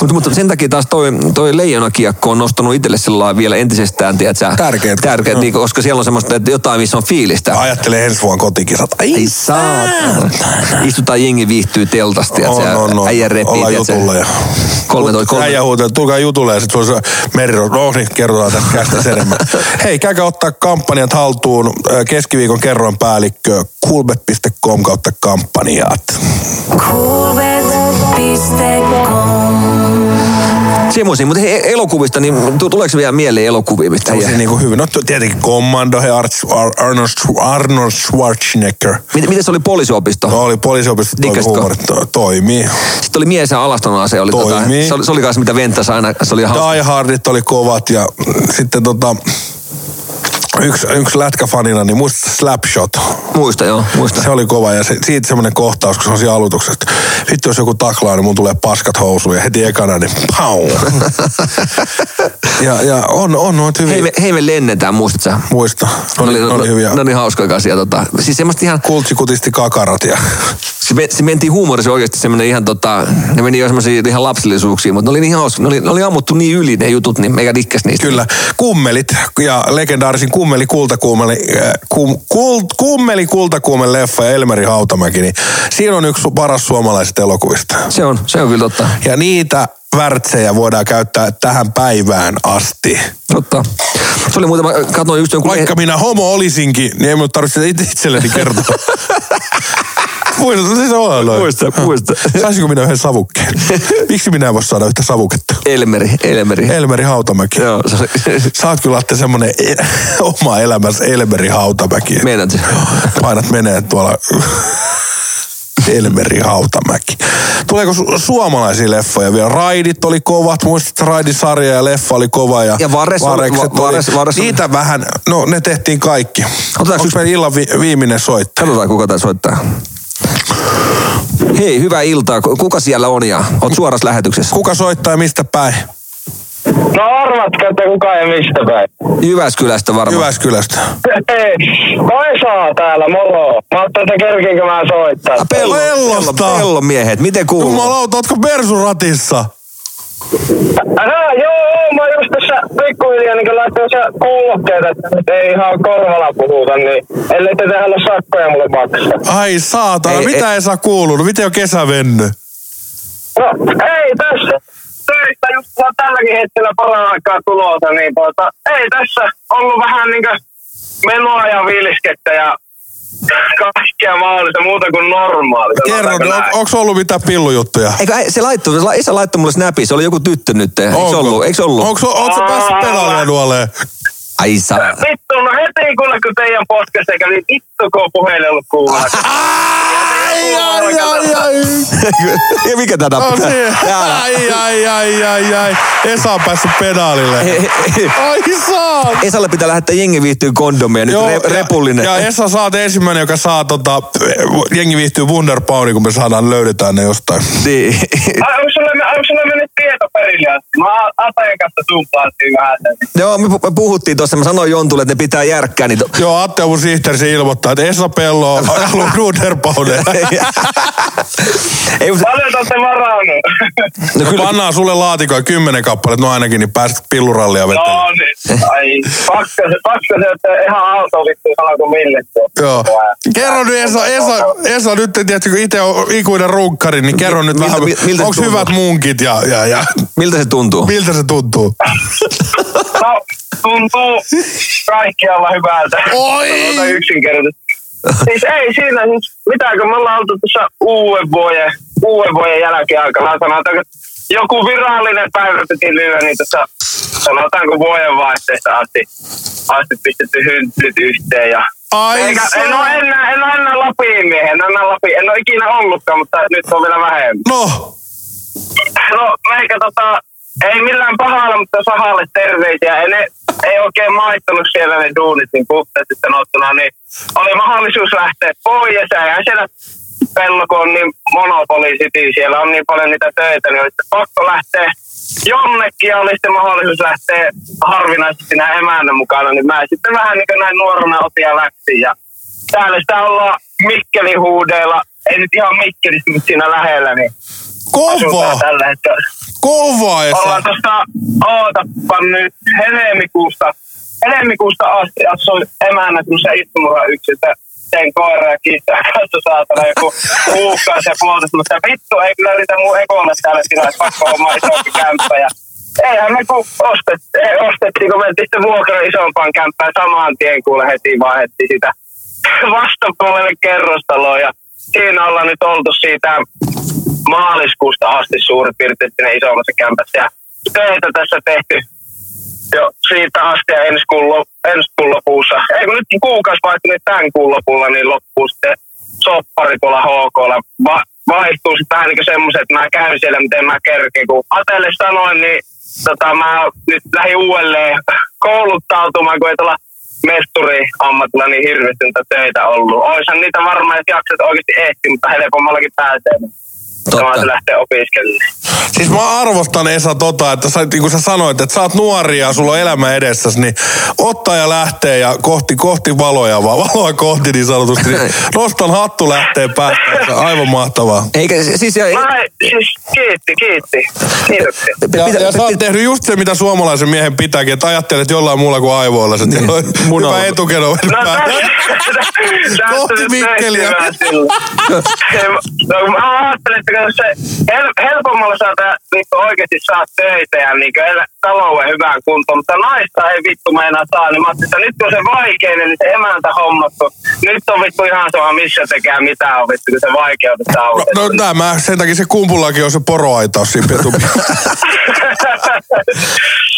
[SPEAKER 2] Mutta, mutta sen takia taas toi, toi leijonakiekko on nostanut itselle sillä vielä entisestään, tiedätkö?
[SPEAKER 1] Tärkeet.
[SPEAKER 2] Tärkeet, niin, koska siellä on semmoista, että jotain, missä on fiilistä.
[SPEAKER 1] Ajattelee ensi vuonna kotikisat. Ai,
[SPEAKER 2] Ei saa. Istutaan jengi viihtyy teltasta, tiedätkö?
[SPEAKER 1] on, on, on.
[SPEAKER 2] Äijä repii,
[SPEAKER 1] Ollaan
[SPEAKER 2] tiedätkö?
[SPEAKER 1] jutulla ja...
[SPEAKER 2] 13, kolme-
[SPEAKER 1] Äijä huutaa, että tulkaa jutulle ja sitten se on se merro. No niin, kerrotaan tästä kästä enemmän. Hei, käykää ottaa kampanjat haltuun. Ö, Keskiviikon kerron päällikkö kulbet.com kautta kampanjat.
[SPEAKER 9] Coolbet.com
[SPEAKER 2] Semmoisia, mutta hei, elokuvista, niin tu- tuleeko vielä mieleen elokuvia, mistä
[SPEAKER 1] Tämmöisiä
[SPEAKER 2] äijä-
[SPEAKER 1] niinku hyvin. No tietenkin Commando, he Arts- Ar- Arnold, Schwar- Arnold Schwarzenegger.
[SPEAKER 2] Miten, miten se oli poliisiopisto?
[SPEAKER 1] No, oli poliisiopisto, toimi
[SPEAKER 2] Dikkasitko?
[SPEAKER 1] huumori, to, toimii.
[SPEAKER 2] Sitten oli mies ja alaston ase. Oli tota,
[SPEAKER 1] Toimii.
[SPEAKER 2] se, oli, se oli kanssa, mitä venttäs aina. Se oli hauska.
[SPEAKER 1] Die Hardit oli kovat ja mm, sitten tota, yksi, yksi lätkäfanina, niin muista Slapshot.
[SPEAKER 2] Muista, joo, muista.
[SPEAKER 1] Se oli kova ja se, siitä semmoinen kohtaus, kun se on siinä alutuksessa, että vittu jos joku taklaa, niin mun tulee paskat housuun ja heti ekana, niin pau. ja, ja on, on noita hyviä.
[SPEAKER 2] Hei me, no- hei me lennetään, muistat sä?
[SPEAKER 1] Muista. Ne Niin. oli, ne oli hyviä.
[SPEAKER 2] No niin, hauskoja asia. Tota. Siis semmoista ihan
[SPEAKER 1] Kultsikutisti kakarat ja
[SPEAKER 2] se, me, se mentiin huumorissa oikeasti semmoinen ihan tota, ne meni jo semmoisiin ihan lapsellisuuksiin, mutta ne oli niin hauska, ne oli, ne oli ammuttu niin yli ne jutut, niin meikä dikkäs niistä.
[SPEAKER 1] Kyllä. Kummelit ja legendaarisin kummeli kultakuumeli, äh, kum, kult, kummeli kultakuumen leffa ja Elmeri Hautamäki, niin siinä on yksi su- paras suomalaisista elokuvista.
[SPEAKER 2] Se on, se on kyllä totta.
[SPEAKER 1] Ja niitä värtsejä voidaan käyttää tähän päivään asti.
[SPEAKER 2] Totta. Se oli muuten, mä katsoin just jonkun... e-
[SPEAKER 1] Vaikka e- minä homo olisinkin, niin ei minun tarvitse sitä itse- itselleni kertoa. Muistat, siis on noin.
[SPEAKER 2] Muista, muista.
[SPEAKER 1] Saisinko minä yhden savukkeen? Miksi minä en voi saada yhtä savuketta?
[SPEAKER 2] Elmeri, Elmeri.
[SPEAKER 1] Elmeri Hautamäki.
[SPEAKER 2] Joo, se oli...
[SPEAKER 1] Sä oot kyllä Atte semmonen e- oma elämässä Elmeri Hautamäki.
[SPEAKER 2] Meinaat se?
[SPEAKER 1] Painat menee tuolla Elmeri Hautamäki. Tuleeko su- suomalaisia leffoja vielä? Raidit oli kovat, muistat Raidisarja ja leffa oli kova ja,
[SPEAKER 2] Ja Vares oli-
[SPEAKER 1] Varekset
[SPEAKER 2] Va- Vares-
[SPEAKER 1] oli.
[SPEAKER 2] Vares oli-
[SPEAKER 1] Niitä vähän, no ne tehtiin kaikki. Otetaanko
[SPEAKER 2] yksi-
[SPEAKER 1] yksi meidän illan vi- viimeinen soittaja?
[SPEAKER 2] Katsotaan, kuka tää soittaa. Hei, hyvää iltaa. Ku- Kuka siellä on ja oot suorassa lähetyksessä?
[SPEAKER 1] Kuka soittaa ja mistä päin?
[SPEAKER 7] No arvatkaa, että kuka ei mistä päin.
[SPEAKER 2] Jyväskylästä varmaan.
[SPEAKER 1] Jyväskylästä.
[SPEAKER 7] Hei, Vaisaa täällä, moro. Mä ajattelin, että kerkiinkö mä soittaa.
[SPEAKER 2] Ah, Pello, pello,
[SPEAKER 1] Pellosta.
[SPEAKER 2] pello, miehet, miten kuuluu?
[SPEAKER 1] Jumalauta, ootko Bersu ratissa?
[SPEAKER 7] Aha, joo, mä oon just tässä pikkuhiljaa niin laittamassa kuulokkeita, että ei ihan korvalla puhuta, niin ellei te tehdä sakkoja mulle maksaa.
[SPEAKER 1] Ai saatana,
[SPEAKER 2] Ei,
[SPEAKER 1] ei, mitä ei, saa kuulunut? Miten on kesä mennyt?
[SPEAKER 7] No ei tässä töistä just vaan tälläkin hetkellä paljon aikaa tulossa, niin tuota, ei tässä ollut vähän niinkö menoa ja vilskettä ja kaikkea mahdollista muuta kuin normaalista.
[SPEAKER 1] Kerro,
[SPEAKER 7] sanotaanko
[SPEAKER 1] on,
[SPEAKER 7] näin.
[SPEAKER 1] onko ollut mitään pillujuttuja?
[SPEAKER 2] Eikö ä- se laittoi, se la- isä laittoi mulle snapin, se oli joku tyttö nyt. Eikö se ollut? Eikö se ollut?
[SPEAKER 1] Onko, onko se päässyt pelaajan nuoleen?
[SPEAKER 2] Ai saa.
[SPEAKER 7] Vittu, no heti kuule, kun teidän podcast eikä niin vittu, kun on puhelin ollut kuulla.
[SPEAKER 1] Ai, ai, ai, ai.
[SPEAKER 2] ja mikä tää
[SPEAKER 1] No
[SPEAKER 2] tappaa?
[SPEAKER 1] niin.
[SPEAKER 2] Täällä.
[SPEAKER 1] Ai, ai, ai, ai, ai. Esa on päässyt pedaalille. Ai saa.
[SPEAKER 2] Esalle pitää lähettää jengi viihtyy kondomia, nyt re-
[SPEAKER 1] ja-
[SPEAKER 2] repullinen.
[SPEAKER 1] Ja Esa, sä oot ensimmäinen, joka saa tota, jengi viihtyy Wunderpauniin, kun me saadaan, löydetään ne jostain.
[SPEAKER 2] Niin.
[SPEAKER 7] Ai, onko sulla, onko sulla mennyt tieto perille asti? Mä Atajan kanssa tumpaatiin vähän sen.
[SPEAKER 2] Joo, me pu- me puhuttiin tuossa, mä sanoin Jontulle, että ne pitää järkkää niin niitä.
[SPEAKER 1] Joo, Atte mun sihteeri se ilmoittaa, että Esa Pello on ollut Wunderpauneja.
[SPEAKER 2] No Ei, mutta,
[SPEAKER 7] Paljon te olette varannut.
[SPEAKER 2] no
[SPEAKER 1] Kyllä.
[SPEAKER 2] kyllä,
[SPEAKER 1] Pannaan sulle laatikoja kymmenen kappaletta, no ainakin, niin pääset pillurallia vetämään.
[SPEAKER 7] no niin. Ai, pakka se, pakka se, että ihan auto vittu sanoo kuin mille se on.
[SPEAKER 1] Joo. Kerro nyt Esa, Esa, Esa nyt tiedätkö, kun itse on ikuinen runkkari, niin kerro nyt
[SPEAKER 2] miltä-
[SPEAKER 1] vähän,
[SPEAKER 2] mi- miltä se
[SPEAKER 1] onko
[SPEAKER 2] tuntuu?
[SPEAKER 1] hyvät munkit ja, ja, ja
[SPEAKER 2] miltä se tuntuu?
[SPEAKER 1] miltä se tuntuu?
[SPEAKER 7] No, tuntuu kaikkialla hyvältä.
[SPEAKER 1] Oi!
[SPEAKER 7] Sanotaan yksinkertaisesti. Siis ei siinä, siis mitäänkö me ollaan oltu tässä uuden vuoden, uuden vuoden jälkeen aikana. Sanotaanko, että joku virallinen päivä piti lyödä, niin tässä sanotaanko vuodenvaihteesta asti, asti pistetty hynttyt yhteen ja
[SPEAKER 1] Ai
[SPEAKER 7] Eikä,
[SPEAKER 1] saa.
[SPEAKER 7] en ole enää, en ole enää Lapin miehen, en ole enää Lapin, en ole ikinä ollutkaan, mutta nyt on vielä vähemmän.
[SPEAKER 1] No,
[SPEAKER 7] No, meikä tota, ei millään pahalla, mutta sahalle terveisiä. Ei, ne, ei oikein maittanut siellä ne duunit niin puhtaasti sanottuna, niin oli mahdollisuus lähteä pois. Ja sehän siellä pello, kun on niin monopolisiti, siellä on niin paljon niitä töitä, niin oli sitten pakko lähteä jonnekin ja oli sitten mahdollisuus lähteä harvinaisesti näin emännän mukana, niin mä sitten vähän niin kuin näin nuorena otin ja läksin. Ja täällä sitä ollaan Mikkelin huudeilla, ei nyt ihan Mikkelistä, mutta siinä lähellä, niin
[SPEAKER 1] kova,
[SPEAKER 7] asutaan tällä hetkellä.
[SPEAKER 1] kova
[SPEAKER 7] Ollaan
[SPEAKER 1] Esa.
[SPEAKER 7] tuossa, ootappa nyt, helmikuusta, helmikuusta asti asuin emänä semmoisen itsemurha yksissä. Tein koiraa kiittää kanssa saatana joku kuukausi ja puolitoista, mutta vittu ei kyllä riitä mun ekolle täällä sillä, että pakko homma isompi kämppä. Ja eihän me kun ostettiin, ei, ostettiin kun mentiin sitten vuokra isompaan kämppään samaan tien, kuule heti vaihdettiin sitä vastapuolelle kerrostaloon ja siinä ollaan nyt oltu siitä maaliskuusta asti suurin piirtein siinä isommassa kämpässä. Ja töitä tässä tehty jo siitä asti ja ensi kuun, lop, ensi kuun lopussa. Ei kun nyt kuukausi vaihtui, niin tämän kuun lopulla niin loppuu sitten soppari tuolla HKlla. Va, vaihtuu sitten vähän niin semmoiset, että mä käyn siellä, miten mä kerkin. Kun Atelle sanoin, niin tota, mä nyt lähdin uudelleen kouluttautumaan, kun ei tuolla mesturi ammatilla niin hirveästi niitä töitä ollut. Oishan niitä varmaan, jos jaksat oikeasti ehti, mutta helpommallakin pääsee. niin
[SPEAKER 2] Totta.
[SPEAKER 7] Totta. lähtee opiskelemaan.
[SPEAKER 1] Siis mä arvostan Esa tota, että sä, niin kuin sä sanoit, että sä oot nuori ja sulla on elämä edessäsi, niin ottaa ja lähtee ja kohti, kohti valoja vaan, valoa kohti niin sanotusti. Niin nostan hattu lähtee päästä, aivan mahtavaa.
[SPEAKER 2] Eikä si- siis... Ja,
[SPEAKER 7] Mä, siis, kiitti, kiitti. Kiitoksia.
[SPEAKER 1] Ja,
[SPEAKER 2] pitä-
[SPEAKER 1] ja sä oot tehnyt just se, mitä suomalaisen miehen pitääkin, että ajattelet jollain muulla kuin aivoilla. Se niin.
[SPEAKER 2] mun
[SPEAKER 1] hyvä
[SPEAKER 2] on-
[SPEAKER 1] etukeno.
[SPEAKER 7] No tässä,
[SPEAKER 1] Kohti Mikkeliä.
[SPEAKER 7] no, Mä ajattelin, että kun se hel, helpommalla saata vittu oikeasti saa töitä ja niin talouden hyvään kuntoon, mutta naista ei vittu meinaa saa, niin mä ajattelin, että nyt kun se vaikeinen, niin se emäntä hommattu. Nyt on vittu ihan sama, missä tekee mitä on vittu, kun se vaikeutetaan.
[SPEAKER 1] No, no nämä, sen takia se kumpullakin on se poroaitaus siinä petupi-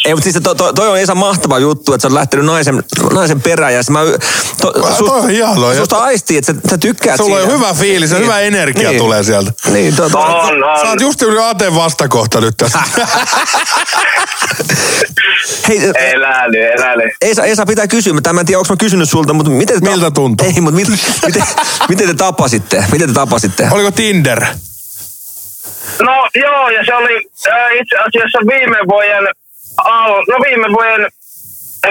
[SPEAKER 2] Ei, mutta siis se to, to, toi on Esa mahtava juttu, että sä oot lähtenyt naisen, naisen perään. Ja se mä, y- to,
[SPEAKER 1] Toi on hienoa.
[SPEAKER 2] Susta aistii, että sä, sä tykkäät
[SPEAKER 1] Sulla on
[SPEAKER 2] siitä.
[SPEAKER 1] hyvä fiilis ja hyvä energia
[SPEAKER 2] Niin.
[SPEAKER 1] tulee sieltä.
[SPEAKER 2] Niin, to, to,
[SPEAKER 7] on,
[SPEAKER 1] Sä
[SPEAKER 7] on.
[SPEAKER 1] oot just yli Aten vastakohta nyt tässä.
[SPEAKER 2] hei,
[SPEAKER 7] Eläily, eläily.
[SPEAKER 2] Esa, Esa pitää kysyä. Mä- Mä en tiedä, onko mä kysynyt sulta, mutta miten te...
[SPEAKER 1] Miltä tuntuu?
[SPEAKER 2] Ei, mutta mit, miten, miten, te tapasitte? Miten te tapasitte?
[SPEAKER 1] Oliko Tinder?
[SPEAKER 7] No joo, ja se oli äh, itse asiassa viime vuoden, al- no viime vuoden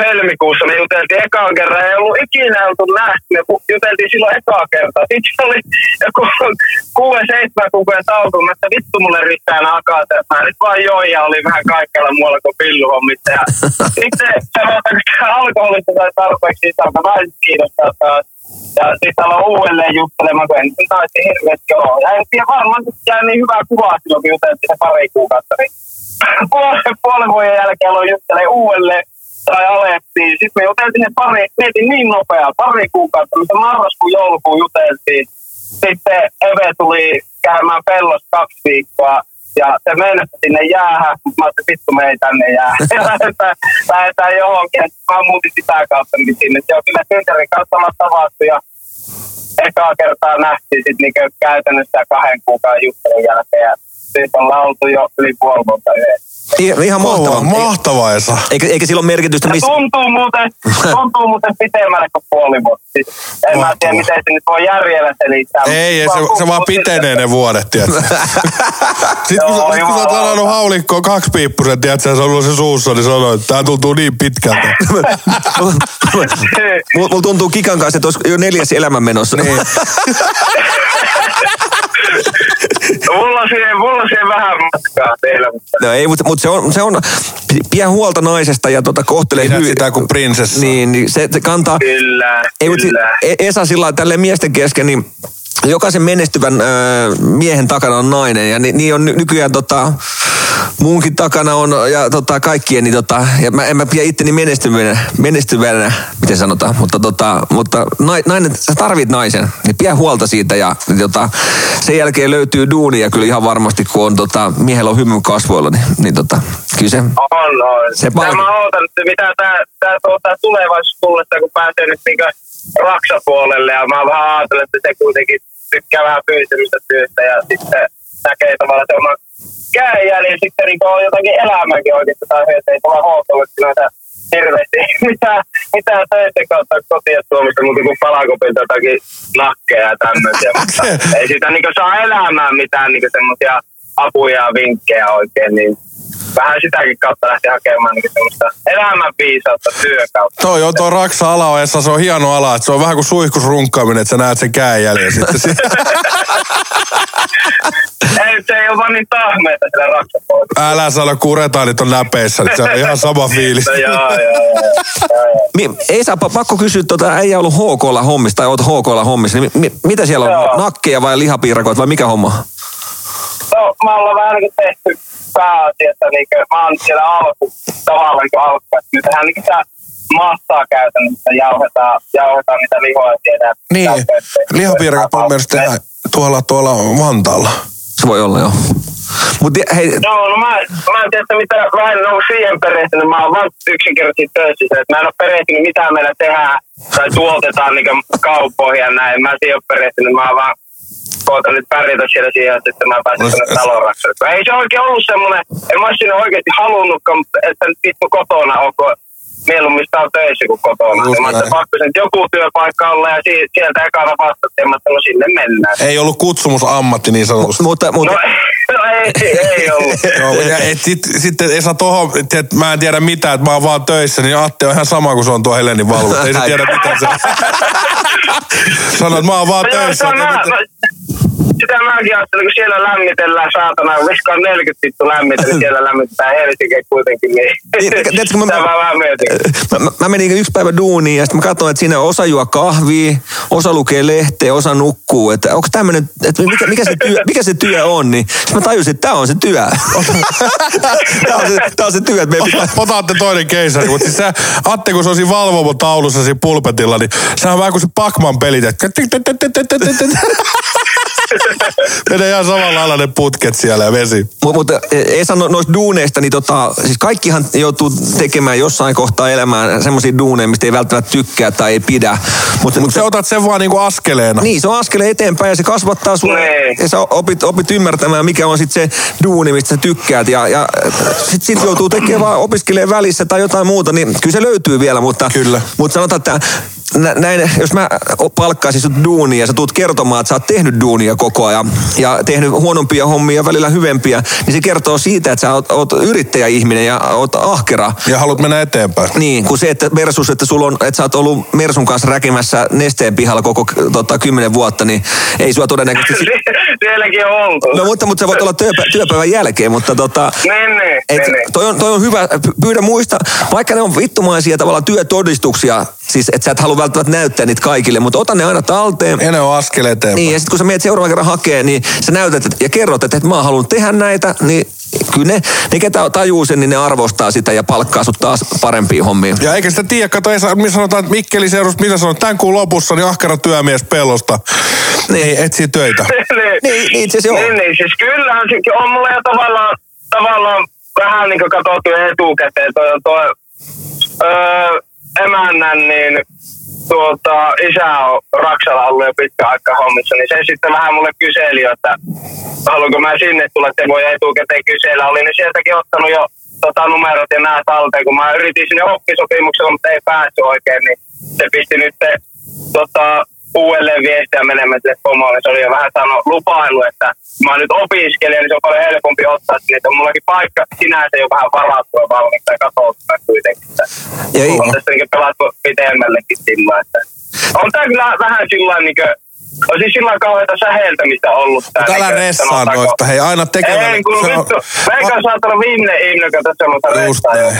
[SPEAKER 7] helmikuussa me juteltiin ekaan kerran, ei ollut ikinä oltu nähty, me pu- juteltiin silloin ekaa kertaa. Sitten se oli joku kuuden, seitsemän kuukauden tauko, mä, että vittu mulle riittää nää akaat, että mä nyt vaan join ja oli vähän kaikkella muualla kuin pilluhommissa. Ja sitten sanotaan, että tää alkoholista sai tarpeeksi, sitä alkoi vähän kiinnostaa taas. Ja sitten aloin uudelleen juttelemaan, kun en nyt taisi hirveästi ole. Ja en tiedä, varmaan nyt jäi niin hyvä kuva silloin, kun juteltiin se pari kuukautta. Niin puolen, puolen vuoden jälkeen aloin juttelemaan uudelleen tai alettiin. Sitten me juteltiin sen pari, mietin niin nopeaa, pari kuukautta, mitä marraskuun joulukuun juteltiin. Sitten Eve tuli käymään pellossa kaksi viikkoa ja se meni sinne jäähän, mutta mä ajattelin, vittu me ei tänne jää. Lähdetään, lähdetään johonkin, mä muutin sitä kautta niin sinne. Se on kyllä synkärin kanssa ollaan tavattu ja ekaa kertaa nähtiin sit niinku käytännössä kahden kuukauden juttelun jälkeen. Ja Siitä ollaan oltu jo yli puoli vuotta yhdessä.
[SPEAKER 2] I- Ihan
[SPEAKER 1] Mahtavaa,
[SPEAKER 2] mahtavaa.
[SPEAKER 1] mahtavaa Esa.
[SPEAKER 2] Eikä, eikä sillä ole merkitystä,
[SPEAKER 7] Ja
[SPEAKER 2] missä...
[SPEAKER 7] tuntuu muuten, tuntuu muuten pitemmälle kuin puoli vuotta. Siis en mä tiedä, miten se nyt voi järjellä selittää. mutta
[SPEAKER 1] Ei, ei se, se vaan
[SPEAKER 7] tuntuu
[SPEAKER 1] pitenee
[SPEAKER 7] siltä.
[SPEAKER 1] ne vuodet, tiedätkö? Sitten kun,
[SPEAKER 7] Joo,
[SPEAKER 1] sä- sit kun sä oot
[SPEAKER 7] jumalauta.
[SPEAKER 1] ladannut haulikkoon kaksi piippusen, tiedätkö, ja se on ollut se suussa, niin sanoin, että tää tuntuu niin pitkältä.
[SPEAKER 2] Mulla, mulla tuntuu Kikan kanssa, että olisi jo neljäs elämän menossa. Niin.
[SPEAKER 7] Mulla on siihen, mulla on siihen vähän matkaa teillä, mutta
[SPEAKER 2] No ei, mutta, mutta se on, se on pidä huolta naisesta ja tota, kohtele
[SPEAKER 1] Pidät sitä kuin prinsessa.
[SPEAKER 2] Niin, niin se, se kantaa...
[SPEAKER 7] kyllä,
[SPEAKER 2] Ei, mutta
[SPEAKER 7] kyllä.
[SPEAKER 2] si- E- Esa sillä tälle miesten kesken, niin jokaisen menestyvän ö, miehen takana on nainen ja ni, niin on ny, nykyään tota, muunkin takana on ja tota, kaikkien, niin tota, ja mä, en mä pidä itteni menestyvänä, menestyvänä miten sanotaan, mutta, tota, mutta nai- nainen, sä tarvit naisen, niin pidä huolta siitä ja niin tota, sen jälkeen löytyy duunia kyllä ihan varmasti, kun on tota, miehellä on hymy kasvoilla, niin, niin tota, kyllä se,
[SPEAKER 7] On, on.
[SPEAKER 2] Se
[SPEAKER 7] Se
[SPEAKER 2] palki-
[SPEAKER 7] mä ootan, että mitä tää, tää, tuota, tulevaisuus tullessa, kun pääsee nyt niinku raksapuolelle. Ja mä vähän ajattelen, että se kuitenkin tykkää vähän fyysisistä työstä ja sitten näkee tavallaan se oman kädenjäljen. Ja sitten niinku on jotakin elämääkin oikeasti tai se, että ei tulla houkutellut näitä hirveästi mitään, mitään töiden kautta kotia Suomessa, mutta kun palakopilta jotakin nakkeja ja tämmöisiä. mutta ei sitä niinku saa elämään mitään niinku semmoisia apuja ja vinkkejä oikein, niin vähän sitäkin kautta lähti hakemaan niin semmoista elämänviisautta työn kautta.
[SPEAKER 1] Toi on tuo Raksa-ala on, Esa, se on hieno ala, että se on vähän kuin suihkusrunkkaaminen, että sä näet sen käenjäljen sitten. siellä.
[SPEAKER 7] Ei, se ei ole vaan niin tahmeita sillä raksapuolella.
[SPEAKER 1] Älä sano kuretaanit on näpeissä, niin se on ihan sama fiilis.
[SPEAKER 7] No, joo, joo, joo, joo.
[SPEAKER 2] Mi- ei saa, pakko kysyä, tuota, äijä ollut HKlla hommissa tai oot HKlla hommissa, niin mi- mitä siellä on,
[SPEAKER 7] Joo.
[SPEAKER 2] nakkeja vai lihapiirakoita vai mikä homma?
[SPEAKER 7] No, mä ollaan vähän niin tehty pääasiassa, niin kuin, mä oon siellä alku, tavallaan niin alku, että nyt tehdään niin sitä massaa käytännössä, jauhetaan, jauhetaan niitä lihoja siellä.
[SPEAKER 1] Niin, lihapiirakat mun mielestä tehdään tuolla, tuolla Vantaalla.
[SPEAKER 2] Se voi olla joo. Mutta hei,
[SPEAKER 7] Joo, no mä, mä en tiedä, että mitä vähän en ollut siihen perehtynyt. Mä oon vaan yksinkertaisesti töissä, se, että mä en ole perehtynyt, mitä meillä tehdään tai tuotetaan niin kauppoihin ja näin. Mä en siihen ole perehtynyt, mä oon vaan koitan nyt pärjätä siellä siihen, asti, että mä pääsen
[SPEAKER 1] No,
[SPEAKER 7] tänne talon rakennukseen. Ei se oikein ollut semmoinen, en mä ois sinne oikeasti halunnutkaan, mutta että nyt vittu kotona onko mieluummin sitä on töissä kuin kotona.
[SPEAKER 1] Just
[SPEAKER 7] Just mä ajattelin,
[SPEAKER 1] näin.
[SPEAKER 7] että pakko sen nyt joku työpaikka olla ja si- sieltä ekana vastattiin, mä ajattelin, no sinne mennään.
[SPEAKER 1] Ei ollut kutsumusammatti niin sanotusti.
[SPEAKER 2] Mutta, mutta
[SPEAKER 7] No, no ei, ei ollut.
[SPEAKER 1] Joo, ja et sit, sitten Esa tohon, et mä en tiedä mitään, että mä oon vaan töissä, niin Atte on ihan sama kuin se on tuo Helenin valvoja. Ei se tiedä mitään se. Sanoit, että mä oon vaan
[SPEAKER 7] No joo,
[SPEAKER 1] töissä.
[SPEAKER 7] sitä, mä, mä- sitä mäkin ajattelin, kun siellä lämmitellään saatana, koska on 40 vittu lämmitä, niin siellä lämmitetään Helsinkiä kuitenkin, niin
[SPEAKER 2] Niin, tiedätkö, mä-
[SPEAKER 7] sitä mä vähän mietin.
[SPEAKER 2] mä, mä, mä menin yksi päivä duuniin ja sitten mä katsoin, että siinä osa juo kahvia, osa lukee lehteä, osa nukkuu. Että onko tämmöinen, että mikä, mikä, se työ, mikä se työ on, niin sit mä tajusin, että tämä on se työ. tämä on se, tää on se työ, että meidän pitää...
[SPEAKER 1] Potaatte toinen keisari, mutta siis sä, Atte, kun se on siinä valvomotaulussa siinä pulpetilla, niin sehän on vähän kuin se Pacman pelit. että Menee ihan samalla lailla ne putket siellä ja vesi.
[SPEAKER 2] Mu- Mutta Esa, no- noista duuneista, niin tota, siis kaikkihan joutuu tekemään jossain kohtaa elämään semmoisia duuneja, mistä ei välttämättä tykkää tai ei pidä. Mutta
[SPEAKER 1] Mutta sä otat sen vaan niinku askeleena.
[SPEAKER 2] Niin, se on askel eteenpäin ja se kasvattaa sua.
[SPEAKER 7] Niin.
[SPEAKER 2] Ja sä opit, opit ymmärtämään, mikä on sitten se duuni, mistä sä tykkäät. Ja, ja sit, sit joutuu tekemään vaan opiskelee välissä tai jotain muuta, niin kyllä se löytyy vielä. Mutta,
[SPEAKER 1] Kyllä.
[SPEAKER 2] Mutta sanotaan, että nä- näin, jos mä palkkaisin sut duunia ja sä tuut kertomaan, että sä oot tehnyt duunia koko ajan ja tehnyt huonompia hommia ja välillä hyvempiä, niin se kertoo siitä, että sä oot, oot yrittäjäihminen ja oot ahkera.
[SPEAKER 1] Ja haluat mennä eteenpäin.
[SPEAKER 2] Niin, kun se, että versus, että, sulla on, että sä oot ollut Mersun kanssa räkimässä nesteen pihalla koko k- tota, kymmenen vuotta, niin ei sua todennäköisesti...
[SPEAKER 7] Sie- Sielläkin on oltu.
[SPEAKER 2] Siis- No mutta, mutta se voi olla työpä, työpäivän jälkeen, mutta tota...
[SPEAKER 7] Niin, niin,
[SPEAKER 2] Et,
[SPEAKER 7] niin, niin.
[SPEAKER 2] toi, on, toi on hyvä, Py- pyydä muista, vaikka ne on vittumaisia tavallaan työtodistuksia, siis että sä et halua välttämättä näyttää niitä kaikille, mutta ota ne aina talteen.
[SPEAKER 1] Ja ne on askel eteenpäin.
[SPEAKER 2] Niin, ja sitten kun sä menet seuraavan kerran hakee, niin sä näytät et- ja kerrot, että et mä oon halunnut tehdä näitä, niin kyllä ne, ne ketä tajuu sen, niin ne arvostaa sitä ja palkkaa sut taas parempiin hommiin.
[SPEAKER 1] Ja eikä sitä tiedä, kato, ei saa- me sanotaan, että Mikkeli seurus, mitä sanot, tämän kuun lopussa niin ahkera työmies pelosta.
[SPEAKER 2] Niin.
[SPEAKER 1] Ei, etsii töitä.
[SPEAKER 2] Niin, niin itse asiassa joo.
[SPEAKER 7] Niin, niin, siis kyllähän se on mulle jo tavallaan, tavallaan vähän niin kuin katsottu etukäteen toi, toi öö, emännän, niin tuota, isä on Raksalla ollut jo pitkä aika hommissa, niin se sitten vähän mulle kyseli, että haluanko mä sinne tulla, että voi etukäteen kysellä. Olin ne sieltäkin ottanut jo tota, numerot ja nää talteen, kun mä yritin sinne oppisopimuksella, mutta ei päässyt oikein, niin se pisti nyt tota, uudelleen viestiä menemään sille pomolle. Se oli jo vähän sanonut lupailu, että mä nyt opiskelen, niin se on paljon helpompi ottaa sinne. Että on mullakin paikka sinänsä jo vähän varattua valmiiksi ja katsottuna kuitenkin. Että
[SPEAKER 2] Ja ei-
[SPEAKER 7] on tässä niin pelattu pitemmällekin sillä, että on tää kyllä vähän sillä niin kuin, on siis sillä kauheita säheltämistä ollut. tää,
[SPEAKER 1] Mutta älä
[SPEAKER 7] niinkö,
[SPEAKER 1] ressaa
[SPEAKER 7] sanotaanko-
[SPEAKER 1] noista. Hei, aina tekemällä.
[SPEAKER 7] Ei, kun
[SPEAKER 1] se on-
[SPEAKER 7] vittu. Meikä on saattanut viimeinen ihminen, joka tässä on
[SPEAKER 1] Just
[SPEAKER 7] ressaa.
[SPEAKER 1] näin.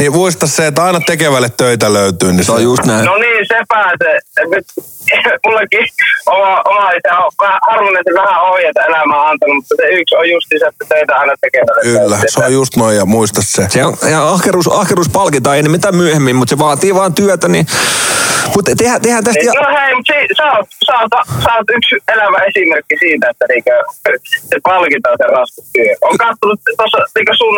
[SPEAKER 1] niin muista se, että aina tekevälle töitä löytyy. Niin
[SPEAKER 2] Se on just näin.
[SPEAKER 7] No niin, se pääsee. Mullakin oma, oma isä on vähän harvinaisen vähän ohjeita elämää antanut, mutta se yksi on just se, että töitä aina tekemällä.
[SPEAKER 1] Kyllä, se on just noin ja muista se.
[SPEAKER 2] Se on, ja ahkeruus, ahkeruus palkitaan enemmän tai myöhemmin, mutta se vaatii vaan työtä, niin... Mutta tehdään, tehdään tästä...
[SPEAKER 7] Niin,
[SPEAKER 2] Ja...
[SPEAKER 7] no hei, mutta si- sä, oot, sä, oot, sä oot yksi elävä esimerkki siitä, että niinkö, se palkitaan se raskas työ. On katsonut tuossa niinkö sun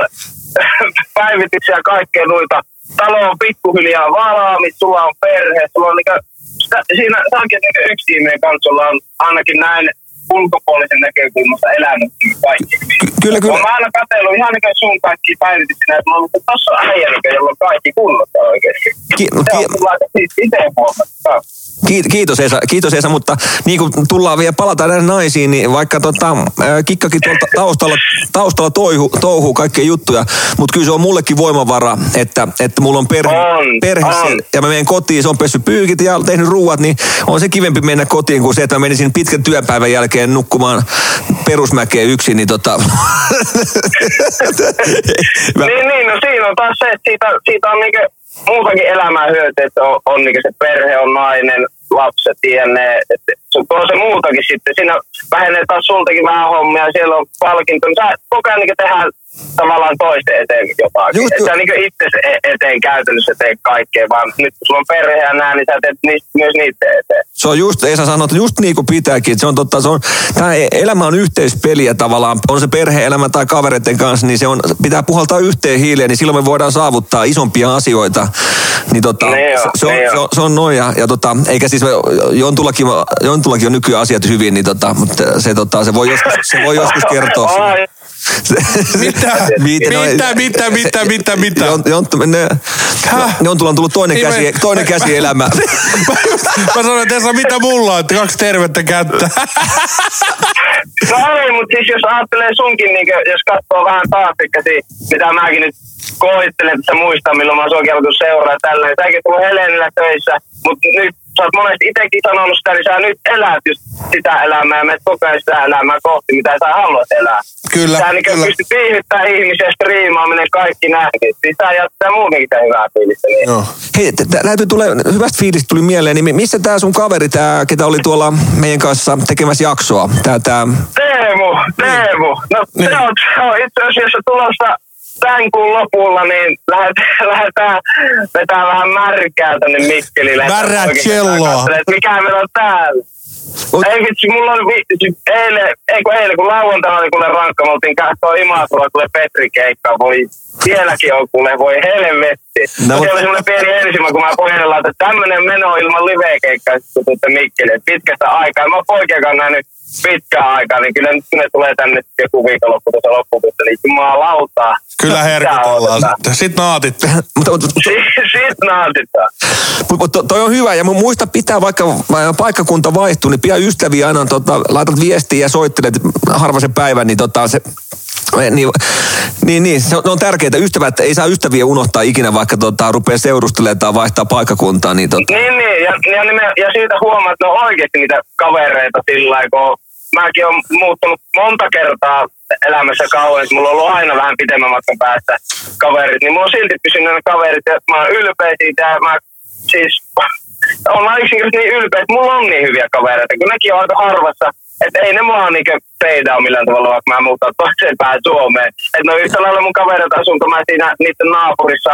[SPEAKER 7] päivityksiä ja kaikkea noita. Talo on pikkuhiljaa valmis, sulla on perhe, sulla on niinkö, sitä, siinä saakin niinkö yksi ihminen kanssa, jolla on ainakin näin ulkopuolisen näkökulmasta elänytkin kaikki.
[SPEAKER 2] Ky- kyllä, kyllä.
[SPEAKER 7] Mä oon aina katsellut ihan niinkö sun kaikki päivityksiä, että mä oon, että tossa on äijä, niinkö, jolla on kaikki kunnossa oikeesti.
[SPEAKER 2] Ki- no
[SPEAKER 7] Se on
[SPEAKER 2] ki-
[SPEAKER 7] kyllä aika siis itse huomattu.
[SPEAKER 2] Kiit- Kiitos Esa, kiitos Esa, mutta niin kuin tullaan vielä palata näihin naisiin, niin vaikka tota, ää, kikkakin tuolla ta- taustalla, taustalla touhu, touhuu kaikkia juttuja, mutta kyllä se on mullekin voimavara, että, että mulla on perhe,
[SPEAKER 7] On,
[SPEAKER 2] perhe
[SPEAKER 7] on.
[SPEAKER 2] siellä, ja mä menen kotiin, se on pessyt pyykit ja tehnyt ruuat, niin on se kivempi mennä kotiin kuin se, että mä menisin pitkän työpäivän jälkeen nukkumaan perusmäkeen yksin, niin tota... mä,
[SPEAKER 7] Niin, niin, no siinä on taas se, että siitä, siitä on niinku muutakin elämää hyötyä, että on, on niinku se perhe, on nainen, lapset ja ne, että sun tuo se muutakin sitten. Siinä vähenee taas sultakin vähän hommia, siellä on palkinto, niin sä koko ajan niinku tehdään tavallaan toisten eteen jotakin.
[SPEAKER 2] Just
[SPEAKER 7] Just,
[SPEAKER 2] ju-
[SPEAKER 7] et sä niinku itse eteen käytännössä teet kaikkea, vaan nyt kun sulla on perhe ja nää, niin sä teet niistä, myös niiden eteen.
[SPEAKER 2] Se on just, Esa sanoi, että just niin kuin pitääkin. että Se on totta, se on, tämä elämä on yhteispeliä tavallaan. On se perhe-elämä tai kavereiden kanssa, niin se on, pitää puhaltaa yhteen hiileen, niin silloin me voidaan saavuttaa isompia asioita. Niin tota,
[SPEAKER 7] Ne on,
[SPEAKER 2] se, se, on,
[SPEAKER 7] ne on.
[SPEAKER 2] se, on, se on noin. Ja, ja tota, eikä siis, jontullakin, äh, jontullakin on nykyään asiat hyvin, niin tota, mutta se, tota, se, voi joskus, se voi joskus kertoa.
[SPEAKER 7] Oi,
[SPEAKER 2] sen.
[SPEAKER 5] Mitä? Mitä, mitä, mitä, mitä, mitä?
[SPEAKER 2] Jont, jont, ne,
[SPEAKER 5] Häh?
[SPEAKER 2] Jontulla on tullut toinen,
[SPEAKER 5] Ei
[SPEAKER 2] käsi,
[SPEAKER 5] me-
[SPEAKER 2] toinen käsi elämä.
[SPEAKER 5] Mä sanoin, että Esa, mitä mulla on? Että Kaksi tervettä kättä.
[SPEAKER 7] No ei, mutta siis jos ajattelee sunkin, niin jos katsoo vähän taaksekäsi, mitä mäkin nyt koittelen, että muistaa, milloin mä oon sua kelkut seuraa ja tällä. Säkin tullut Helenillä töissä, mutta nyt sä oot monesti itsekin sanonut sitä, niin sä nyt elät just sitä elämää ja menet koko ajan sitä elämää kohti, mitä sä haluat elää.
[SPEAKER 5] Kyllä,
[SPEAKER 7] Sä niin
[SPEAKER 5] kyllä.
[SPEAKER 7] pystyt viihdyttämään ihmisiä, striimaaminen, kaikki nähnyt. Siis sä jättää muutenkin sitä hyvää fiilistä. Niin.
[SPEAKER 5] Joo.
[SPEAKER 2] Hei, t- t- täytyy tulee, hyvästä fiilistä tuli mieleen, niin mi- missä tämä sun kaveri, tää, ketä oli tuolla meidän kanssa tekemässä jaksoa? Tää, tää,
[SPEAKER 7] Teemu, Teemu. No
[SPEAKER 5] Niin.
[SPEAKER 7] se on, se on itse asiassa tulossa tämän kuun lopulla, niin lähdetään, lähdetään vetää vähän märkää tänne Mikkeliin. Lähdetään
[SPEAKER 5] Märää
[SPEAKER 7] oikein
[SPEAKER 5] celloa.
[SPEAKER 7] katselemaan, että Mikä meillä on täällä.
[SPEAKER 2] Mut-
[SPEAKER 7] Ei vitsi, mulla oli vi- siis eilen, ei kun eilen, kun lauantaina oli kuule rankka, me oltiin katsoa Imatralla kuule Petri keikka, voi sielläkin on kuule, voi helvetti.
[SPEAKER 2] No,
[SPEAKER 7] No,
[SPEAKER 2] mut-
[SPEAKER 7] Siellä oli semmoinen pieni ensimä, kun mä pohjalla että tämmönen meno ilman live-keikkaa, sit kun tuutte Mikkeliin, pitkästä aikaa. En Mä oon poikiakaan nähnyt pitkään aikaa, niin kyllä nyt kun ne tulee tänne joku viikonloppu tuossa loppukuussa, niin jumalautaa.
[SPEAKER 5] Kyllä herkutellaan
[SPEAKER 7] tota-
[SPEAKER 5] sitten. Sitten naatit.
[SPEAKER 2] mutta, mutta,
[SPEAKER 7] Sitten Siis- nautitaan.
[SPEAKER 2] mutta toi on hyvä ja mu- muista pitää vaikka va- paikkakunta vaihtuu, niin pidä ystäviä aina, tota, laitat viestiä ja soittelet harva se päivä, niin tota, se niin, niin, niin, se on, ne on tärkeää. Ystävät, ei saa ystäviä unohtaa ikinä, vaikka tota, rupeaa seurustelemaan tai vaihtaa paikkakuntaa. Niin, tota,
[SPEAKER 7] Niin, niin. Ja, ja, nimen- ja siitä huomaa, että ne on oikeasti niitä kavereita sillä lailla, kun mäkin olen muuttunut monta kertaa elämässä kauan, että mulla on ollut aina vähän pitemmän matkan päästä kaverit, niin mulla on silti pysynyt ne kaverit, ja mä oon ylpeä siitä, ja mä siis ollaan yksinkertaisesti niin ylpeä, että mulla on niin hyviä kavereita, kun nekin on aika harvassa, että ei ne mua niinku teidaa millään tavalla, vaikka mä muutan toiseen päähän Suomeen. Että ne on yhtä lailla mun kavereita asunto, mä siinä niiden naapurissa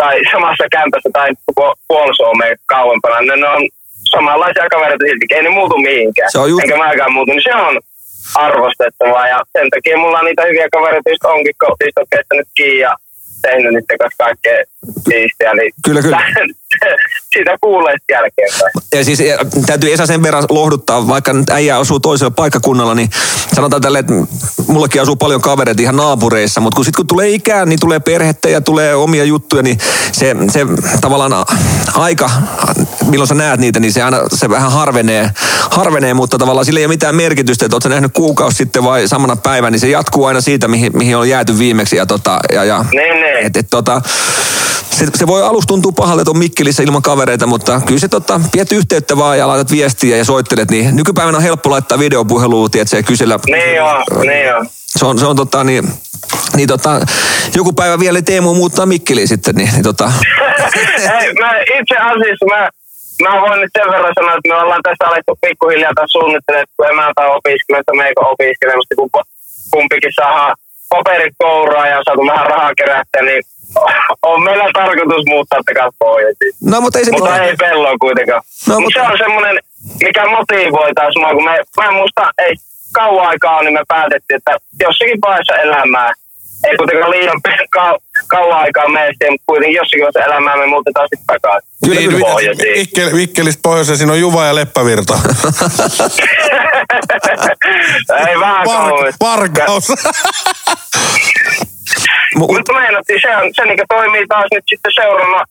[SPEAKER 7] tai samassa kämpässä tai pu- puoli Suomea kauempana. Ne, ne on samanlaisia kavereita silti, ei ne muutu mihinkään.
[SPEAKER 2] Se on just-
[SPEAKER 7] Enkä mäkään muutu, niin se on arvostettavaa ja sen takia mulla niitä hyviä kavereita just onkin, kun niistä on kestänyt kiinni ja tehnyt niiden kanssa kaikkea siistiä. Niin
[SPEAKER 2] Kyllä, kyllä.
[SPEAKER 7] siitä kuulee sitten jälkeenpäin.
[SPEAKER 2] Ja siis ja, täytyy Esa sen verran lohduttaa, vaikka nyt äijä asuu toisella paikkakunnalla, niin sanotaan tälle, että mullakin asuu paljon kavereita ihan naapureissa, mutta kun sitten kun tulee ikää, niin tulee perhettä ja tulee omia juttuja, niin se, se tavallaan a- aika, milloin sä näet niitä, niin se aina se vähän harvenee, harvenee mutta tavallaan sillä ei ole mitään merkitystä, että oot sä nähnyt kuukausi sitten vai samana päivänä, niin se jatkuu aina siitä, mihin, mihin on jääty viimeksi ja, tota, ja, ja
[SPEAKER 7] Niin, niin.
[SPEAKER 2] et, et, tota, se, se, voi alusta tuntua pahalta, että on Mikkelissä ilman kavereita, mutta kyllä se tota, pidät yhteyttä vaan ja laitat viestiä ja soittelet. Niin nykypäivänä on helppo laittaa videopuhelua, tiedätkö, ja kysellä.
[SPEAKER 7] Niin on, niin on.
[SPEAKER 2] Se on, se on tota, niin, niin tota, joku päivä vielä Teemu muuttaa Mikkeliin sitten, niin, niin tota,
[SPEAKER 7] Hei, mä itse asiassa mä, mä voin nyt sen verran sanoa, että me ollaan tässä alettu pikkuhiljaa taas suunnittelemaan, kun emäntä on opiskelemassa, meikä on opiskelemassa, kun po- kumpikin saa paperit kouraa ja saatu vähän rahaa kerättyä, niin on meillä tarkoitus muuttaa tekas pois.
[SPEAKER 2] no mutta ei se
[SPEAKER 7] Mutta
[SPEAKER 2] mitään.
[SPEAKER 7] ei pelloa kuitenkaan.
[SPEAKER 2] No,
[SPEAKER 7] No, Mut
[SPEAKER 2] mutta-
[SPEAKER 7] se on semmoinen, mikä motivoi taas mua, kun me, mä en muista, ei kauan aikaa on, niin me päätettiin, että jossakin vaiheessa elämää, ei kuitenkaan liian pe- kau, kauan aikaa mene siihen, mutta kuitenkin jossakin vaiheessa elämää me muutetaan sitten takaisin.
[SPEAKER 2] Kyllä,
[SPEAKER 1] Niin,
[SPEAKER 2] niin. kyllä.
[SPEAKER 7] Pohjoisiin.
[SPEAKER 5] Mikkel, Mikkelistä pohjoiseen, siinä on Juva ja Leppävirta.
[SPEAKER 7] ei vähän kauan.
[SPEAKER 5] Park, parkaus.
[SPEAKER 2] Mu-
[SPEAKER 7] Mutta meinattiin, se, on, se niin toimii taas nyt sitten seurana.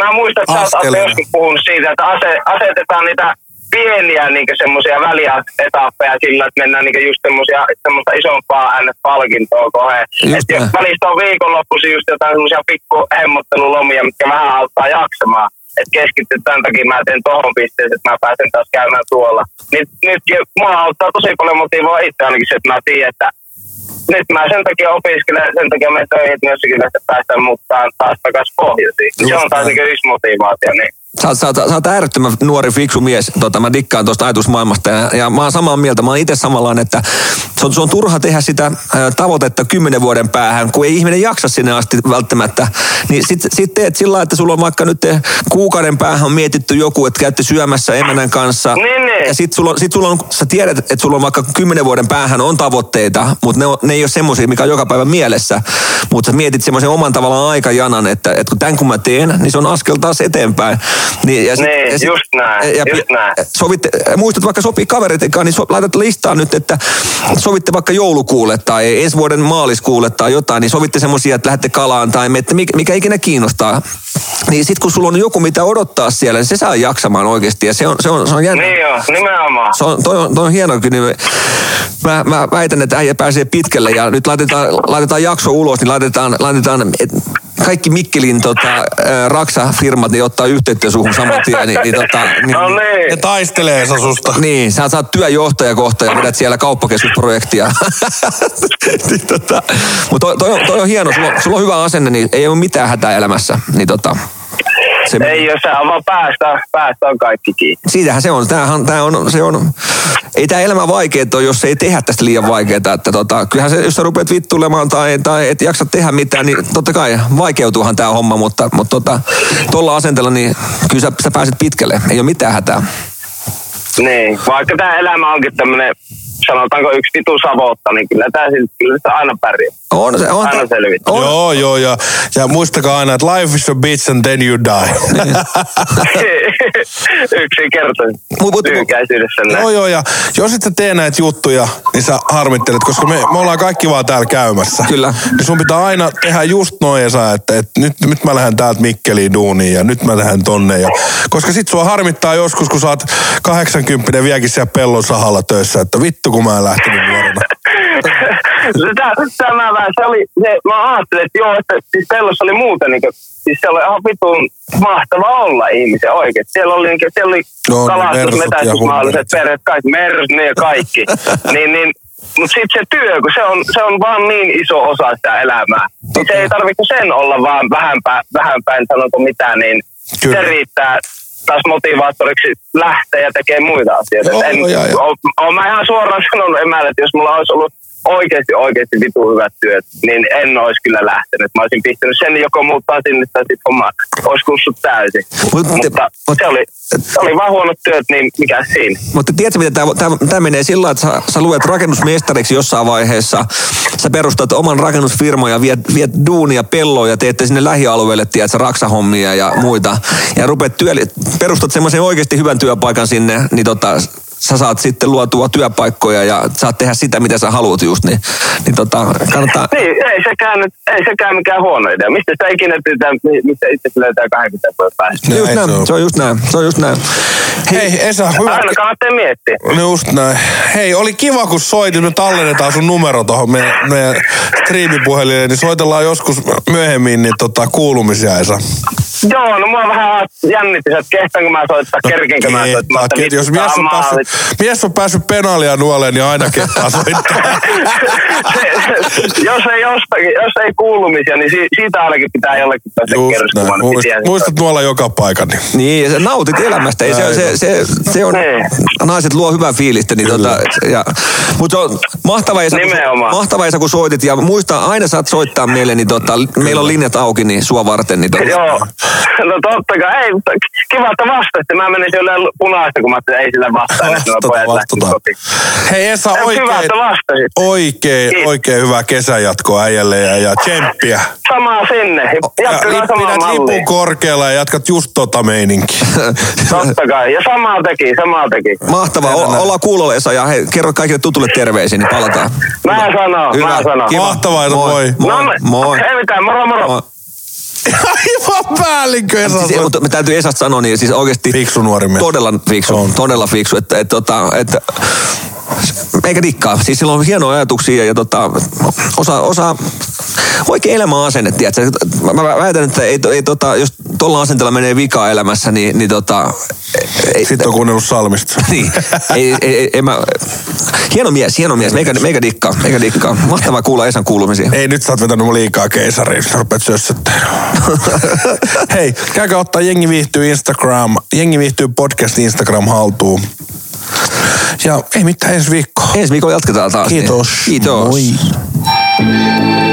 [SPEAKER 7] Mä muistan, että sä oot
[SPEAKER 5] Askeleena.
[SPEAKER 7] joskus puhunut siitä, että ase, asetetaan niitä pieniä niin semmoisia välietappeja sillä, että mennään niin just semmoisia, semmoista isompaa NS-palkintoa koheen.
[SPEAKER 2] Just
[SPEAKER 7] Että jos
[SPEAKER 2] näin.
[SPEAKER 7] välistä on viikonloppuisin just jotain semmoisia pikku hemmottelulomia, mitkä vähän auttaa jaksamaan. Että keskittyy tämän takia, mä teen tohon pisteeseen, että mä pääsen taas käymään tuolla. Nyt, nyt mua auttaa tosi paljon motivoa itse ainakin se, että mä tiedän, että nyt mä sen takia opiskelen, sen takia mä töihin, että jossakin vaiheessa päästään muuttaa taas takaisin pohjoisiin. Se on taas niin yksi motivaatio. Niin.
[SPEAKER 2] Sä, oot- sä, oot- sä oot äärettömän nuori, fiksu mies. Tota, mä dikkaan tuosta ajatusmaailmasta ja, ja mä oon samaa mieltä. Mä oon itse samallaan, että se on, se on turha tehdä sitä ää, tavoitetta kymmenen vuoden päähän, kun ei ihminen jaksa sinne asti välttämättä. Niin sit, sit teet sillä lailla, että sulla on vaikka nyt eh, kuukauden päähän on mietitty joku, että käytte syömässä emänän kanssa.
[SPEAKER 7] Niin, niin.
[SPEAKER 2] Ja sit sulla, on- sit sulla on, sä tiedät, että sulla on vaikka kymmenen vuoden päähän on tavoitteita, mutta ne, on, ne ei ole semmoisia, mikä on joka päivä mielessä. Mutta sä mietit semmoisen oman tavallaan aikajanan, että, että kun tämän kun mä teen, niin se on askel taas eteenpäin. Niin, ja
[SPEAKER 7] Niin, just näin, just näin.
[SPEAKER 2] Sovitte, muistat vaikka sopii kavereiden kanssa, niin so, laitat listaa nyt, että sovitte vaikka joulukuulle tai ensi vuoden maaliskuulle tai jotain, niin sovitte semmoisia, että lähdette kalaan tai menette, mikä, mikä ikinä kiinnostaa. Niin sit kun sulla on joku mitä odottaa siellä, niin se saa jaksamaan oikeasti ja se on, se on, se on jännä.
[SPEAKER 7] Niin joo, nimenomaan.
[SPEAKER 2] Se on, toi on, toi on hieno kyllä. Mä, mä väitän, että äijä pääsee pitkälle ja nyt laitetaan, laitetaan jakso ulos, niin laitetaan, laitetaan et kaikki Mikkelin tota, ää, Raksa-firmat, niin ottaa yhteyttä suhun saman tien. Niin, niin, tota,
[SPEAKER 7] No
[SPEAKER 2] niin,
[SPEAKER 7] niin.
[SPEAKER 1] Ne taistelee Esa susta.
[SPEAKER 2] niin, sä saat työjohtaja kohta ja vedät siellä kauppakeskusprojektia. niin, tota, Mutta toi, toi, on, toi on hieno, sulla, on- sulla on hyvä asenne, niin ei ole mitään hätää elämässä. Niin, tota, se,
[SPEAKER 7] Ei, jos se on vaan päästä, päästä on kaikki kiinni.
[SPEAKER 2] siitähän se on. Tämähän, tää on, se on. Ei tämä elämä vaikeaa ole, jos ei tehdä tästä liian vaikeaa. Että tota, kyllähän se, jos sä rupeat vittulemaan tai, tai et jaksa tehdä mitään, niin totta kai vaikeutuuhan tämä homma, mutta, mutta tota, tuolla asenteella niin kyllä sä, sä, pääset pitkälle. Ei ole mitään hätää.
[SPEAKER 7] Niin, vaikka tämä elämä onkin tämmöinen, sanotaanko yksi vitu savotta, niin kyllä tämä silti, kyllä se aina pärjää.
[SPEAKER 2] On se, on,
[SPEAKER 7] Aina selvitään.
[SPEAKER 2] on,
[SPEAKER 1] Joo, joo, ja, ja muistakaa aina, että life is a bitch and then you die.
[SPEAKER 7] Yksinkertaisesti.
[SPEAKER 2] Mut- mut-
[SPEAKER 7] Lyhykäisyydessä näin.
[SPEAKER 1] joo, joo, ja jos et sä tee näitä juttuja, niin sä harmittelet, koska me, me ollaan kaikki vaan täällä käymässä.
[SPEAKER 2] Kyllä.
[SPEAKER 1] Niin sun pitää aina tehdä just noin, Esa, että, että nyt, nyt mä lähden täältä Mikkeliin duuniin ja nyt mä lähden tonne. Ja, koska sit sua harmittaa joskus, kun sä oot 80 vieläkin siellä pellon sahalla töissä, että vittu kun mä en lähtenyt nuorena.
[SPEAKER 7] No tää- Tämä vähän, se oli, se, mä ajattelin, että joo, että siis pellossa oli muuten niin kuin, siis siellä oli ihan vitun mahtava olla ihmisen oikeesti. Siellä oli, niin kuin, siellä oli
[SPEAKER 1] Joo, ne
[SPEAKER 7] kalastus,
[SPEAKER 1] No mersut ja
[SPEAKER 7] metästysmahdolliset
[SPEAKER 1] hummerit.
[SPEAKER 7] perheet, kaikki mersut, ne ja kaikki. niin, niin, mutta sitten se työ, kun se on, se on vaan niin iso osa sitä elämää. Niin se ei tarvitse sen olla vaan vähän, pä, vähän päin sanonko mitä, niin
[SPEAKER 1] Kyllä.
[SPEAKER 7] se riittää taas motivaattoriksi lähteä ja tekee muita asioita.
[SPEAKER 1] Joo,
[SPEAKER 7] Et en,
[SPEAKER 1] joo, joo.
[SPEAKER 7] o- oon mä ihan suoraan sanonut emälle, että jos mulla olisi ollut oikeasti, oikeasti vitu hyvät työt, niin en olisi kyllä lähtenyt. Mä olisin pistänyt sen joko muuttaa sinne tai sitten homma olisi kussut täysin.
[SPEAKER 2] Mut-
[SPEAKER 7] Mutta
[SPEAKER 2] mut-
[SPEAKER 7] se oli, se oli vaan huonot työt, niin mikä siinä?
[SPEAKER 2] Mutta tiedätkö, mitä tämä menee sillä lailla, että sä, sä luet rakennusmestariksi jossain vaiheessa, sä perustat oman rakennusfirman ja viet, viet duunia pelloon ja teette sinne lähialueelle, tiedät sä, raksahommia ja muita. Ja rupeat työli, perustat semmoisen oikeasti hyvän työpaikan sinne, niin tota, sä saat sitten luotua työpaikkoja ja saat tehdä sitä, mitä sä haluat just, niin, niin tota, kannattaa...
[SPEAKER 7] Niin, ei sekään, nyt, ei sekään mikään huono idea. Mistä sitä ikinä tytään, mistä itse löytää 20 vuoden päästä?
[SPEAKER 1] Näin
[SPEAKER 2] just näin,
[SPEAKER 1] se
[SPEAKER 2] se,
[SPEAKER 1] on.
[SPEAKER 2] on. se on just näin, se on just näin.
[SPEAKER 1] Hei Esa, hyvä.
[SPEAKER 7] Aina kannattaa miettiä.
[SPEAKER 1] No just näin. Hei, oli kiva kun soitit. Me tallennetaan sun numero tuohon meidän, meidän striimipuhelimeen, niin soitellaan joskus myöhemmin niin tota, kuulumisia, Esa.
[SPEAKER 7] Joo, no mua vähän jännitti, se, että kehtaanko mä soittaa, kerkenkö mä soittaa.
[SPEAKER 1] Kehtaa,
[SPEAKER 7] että
[SPEAKER 1] ket- Niin, Jos
[SPEAKER 7] mitä
[SPEAKER 1] mies on,
[SPEAKER 7] maalit.
[SPEAKER 1] päässyt, mies on päässyt penaalia nuoleen, niin aina kehtaa soittaa.
[SPEAKER 7] jos, ei jostakin, jos ei kuulumisia, niin si- siitä ainakin pitää jollekin päästä
[SPEAKER 1] Just
[SPEAKER 7] kerrostumaan.
[SPEAKER 1] näin. Muistat, muistat nuolla joka paikan. Niin.
[SPEAKER 2] Niin, ja sä nautit elämästä. Ei, se, on- se, se, se on,
[SPEAKER 7] Niin.
[SPEAKER 2] naiset luo hyvää fiilistä. Niin tota, ja, mutta se on mahtava Esa, kun,
[SPEAKER 7] Nimenomaan.
[SPEAKER 2] mahtava Esa, kun soitit. Ja muista, aina saat soittaa meille, niin tota, meillä on linjat auki niin sua varten. Niin tota,
[SPEAKER 7] Joo, no totta kai. Ei, mutta kiva, että vastasitte. Mä menin sille punaista, kun mä ajattelin, ei sillä vastaa. että nämä pojat lähtivät
[SPEAKER 1] Vastataan.
[SPEAKER 7] kotiin.
[SPEAKER 1] tota Hei Esa,
[SPEAKER 7] Ei, Hyvä,
[SPEAKER 1] oikein,
[SPEAKER 7] että vastasit.
[SPEAKER 1] oikein,
[SPEAKER 7] Kiitos.
[SPEAKER 1] oikein hyvää kesänjatkoa äijälle ja, ja tsemppiä.
[SPEAKER 7] Samaa sinne.
[SPEAKER 1] Ja
[SPEAKER 7] Jatkakaa
[SPEAKER 1] lip-
[SPEAKER 7] samaa
[SPEAKER 1] pidät
[SPEAKER 7] mallia.
[SPEAKER 1] lipun korkealla ja jatkat just tota meininkiä.
[SPEAKER 7] Totta kai. Ja samaa teki, samaa teki.
[SPEAKER 2] mahtavaa. O, ollaan kuulolla Esa ja hei, kerro kaikille tutulle terveisiä, niin palataan.
[SPEAKER 7] Mä sanon, mä sanon.
[SPEAKER 1] Kiva. Mahtavaa, Esa, moi.
[SPEAKER 2] Moi,
[SPEAKER 7] no,
[SPEAKER 2] moi.
[SPEAKER 7] Ei mitään, moro moro.
[SPEAKER 2] moi.
[SPEAKER 1] Aivan päällikkö Esa.
[SPEAKER 2] Siis, ei, mutta me täytyy Esasta sanoa, niin siis oikeasti
[SPEAKER 1] Fiksu nuori mies.
[SPEAKER 2] todella fiksu,
[SPEAKER 1] On.
[SPEAKER 2] todella fiksu, että, että, tota, että eikä dikkaa. Siis sillä on hienoja ajatuksia ja tota, osa, osa oikein elämäasenne, tiedätkö? Mä, mä väitän, että ei, ei, tota, jos tuolla asenteella menee vika elämässä, niin, niin tota, ei,
[SPEAKER 1] Sitten on kuunnellut Salmista.
[SPEAKER 2] niin, ei, ei, ei, ei, mä, hieno mies, hieno mies, meikä, meikä dikkaa, meikä dikkaa. Mahtavaa kuulla Esan kuulumisia.
[SPEAKER 1] Ei, nyt sä oot vetänyt mun liikaa keisariin, sä rupeat sössöttelemään. Hei, käykää ottaa Jengi viihtyy Instagram, Jengi viihtyy podcast Instagram haltuun. Ja ei mitään ensi viikkoa.
[SPEAKER 2] Ensi viikolla jatketaan taas.
[SPEAKER 1] Kiitos.
[SPEAKER 2] Niin. Kiitos.
[SPEAKER 1] Moi.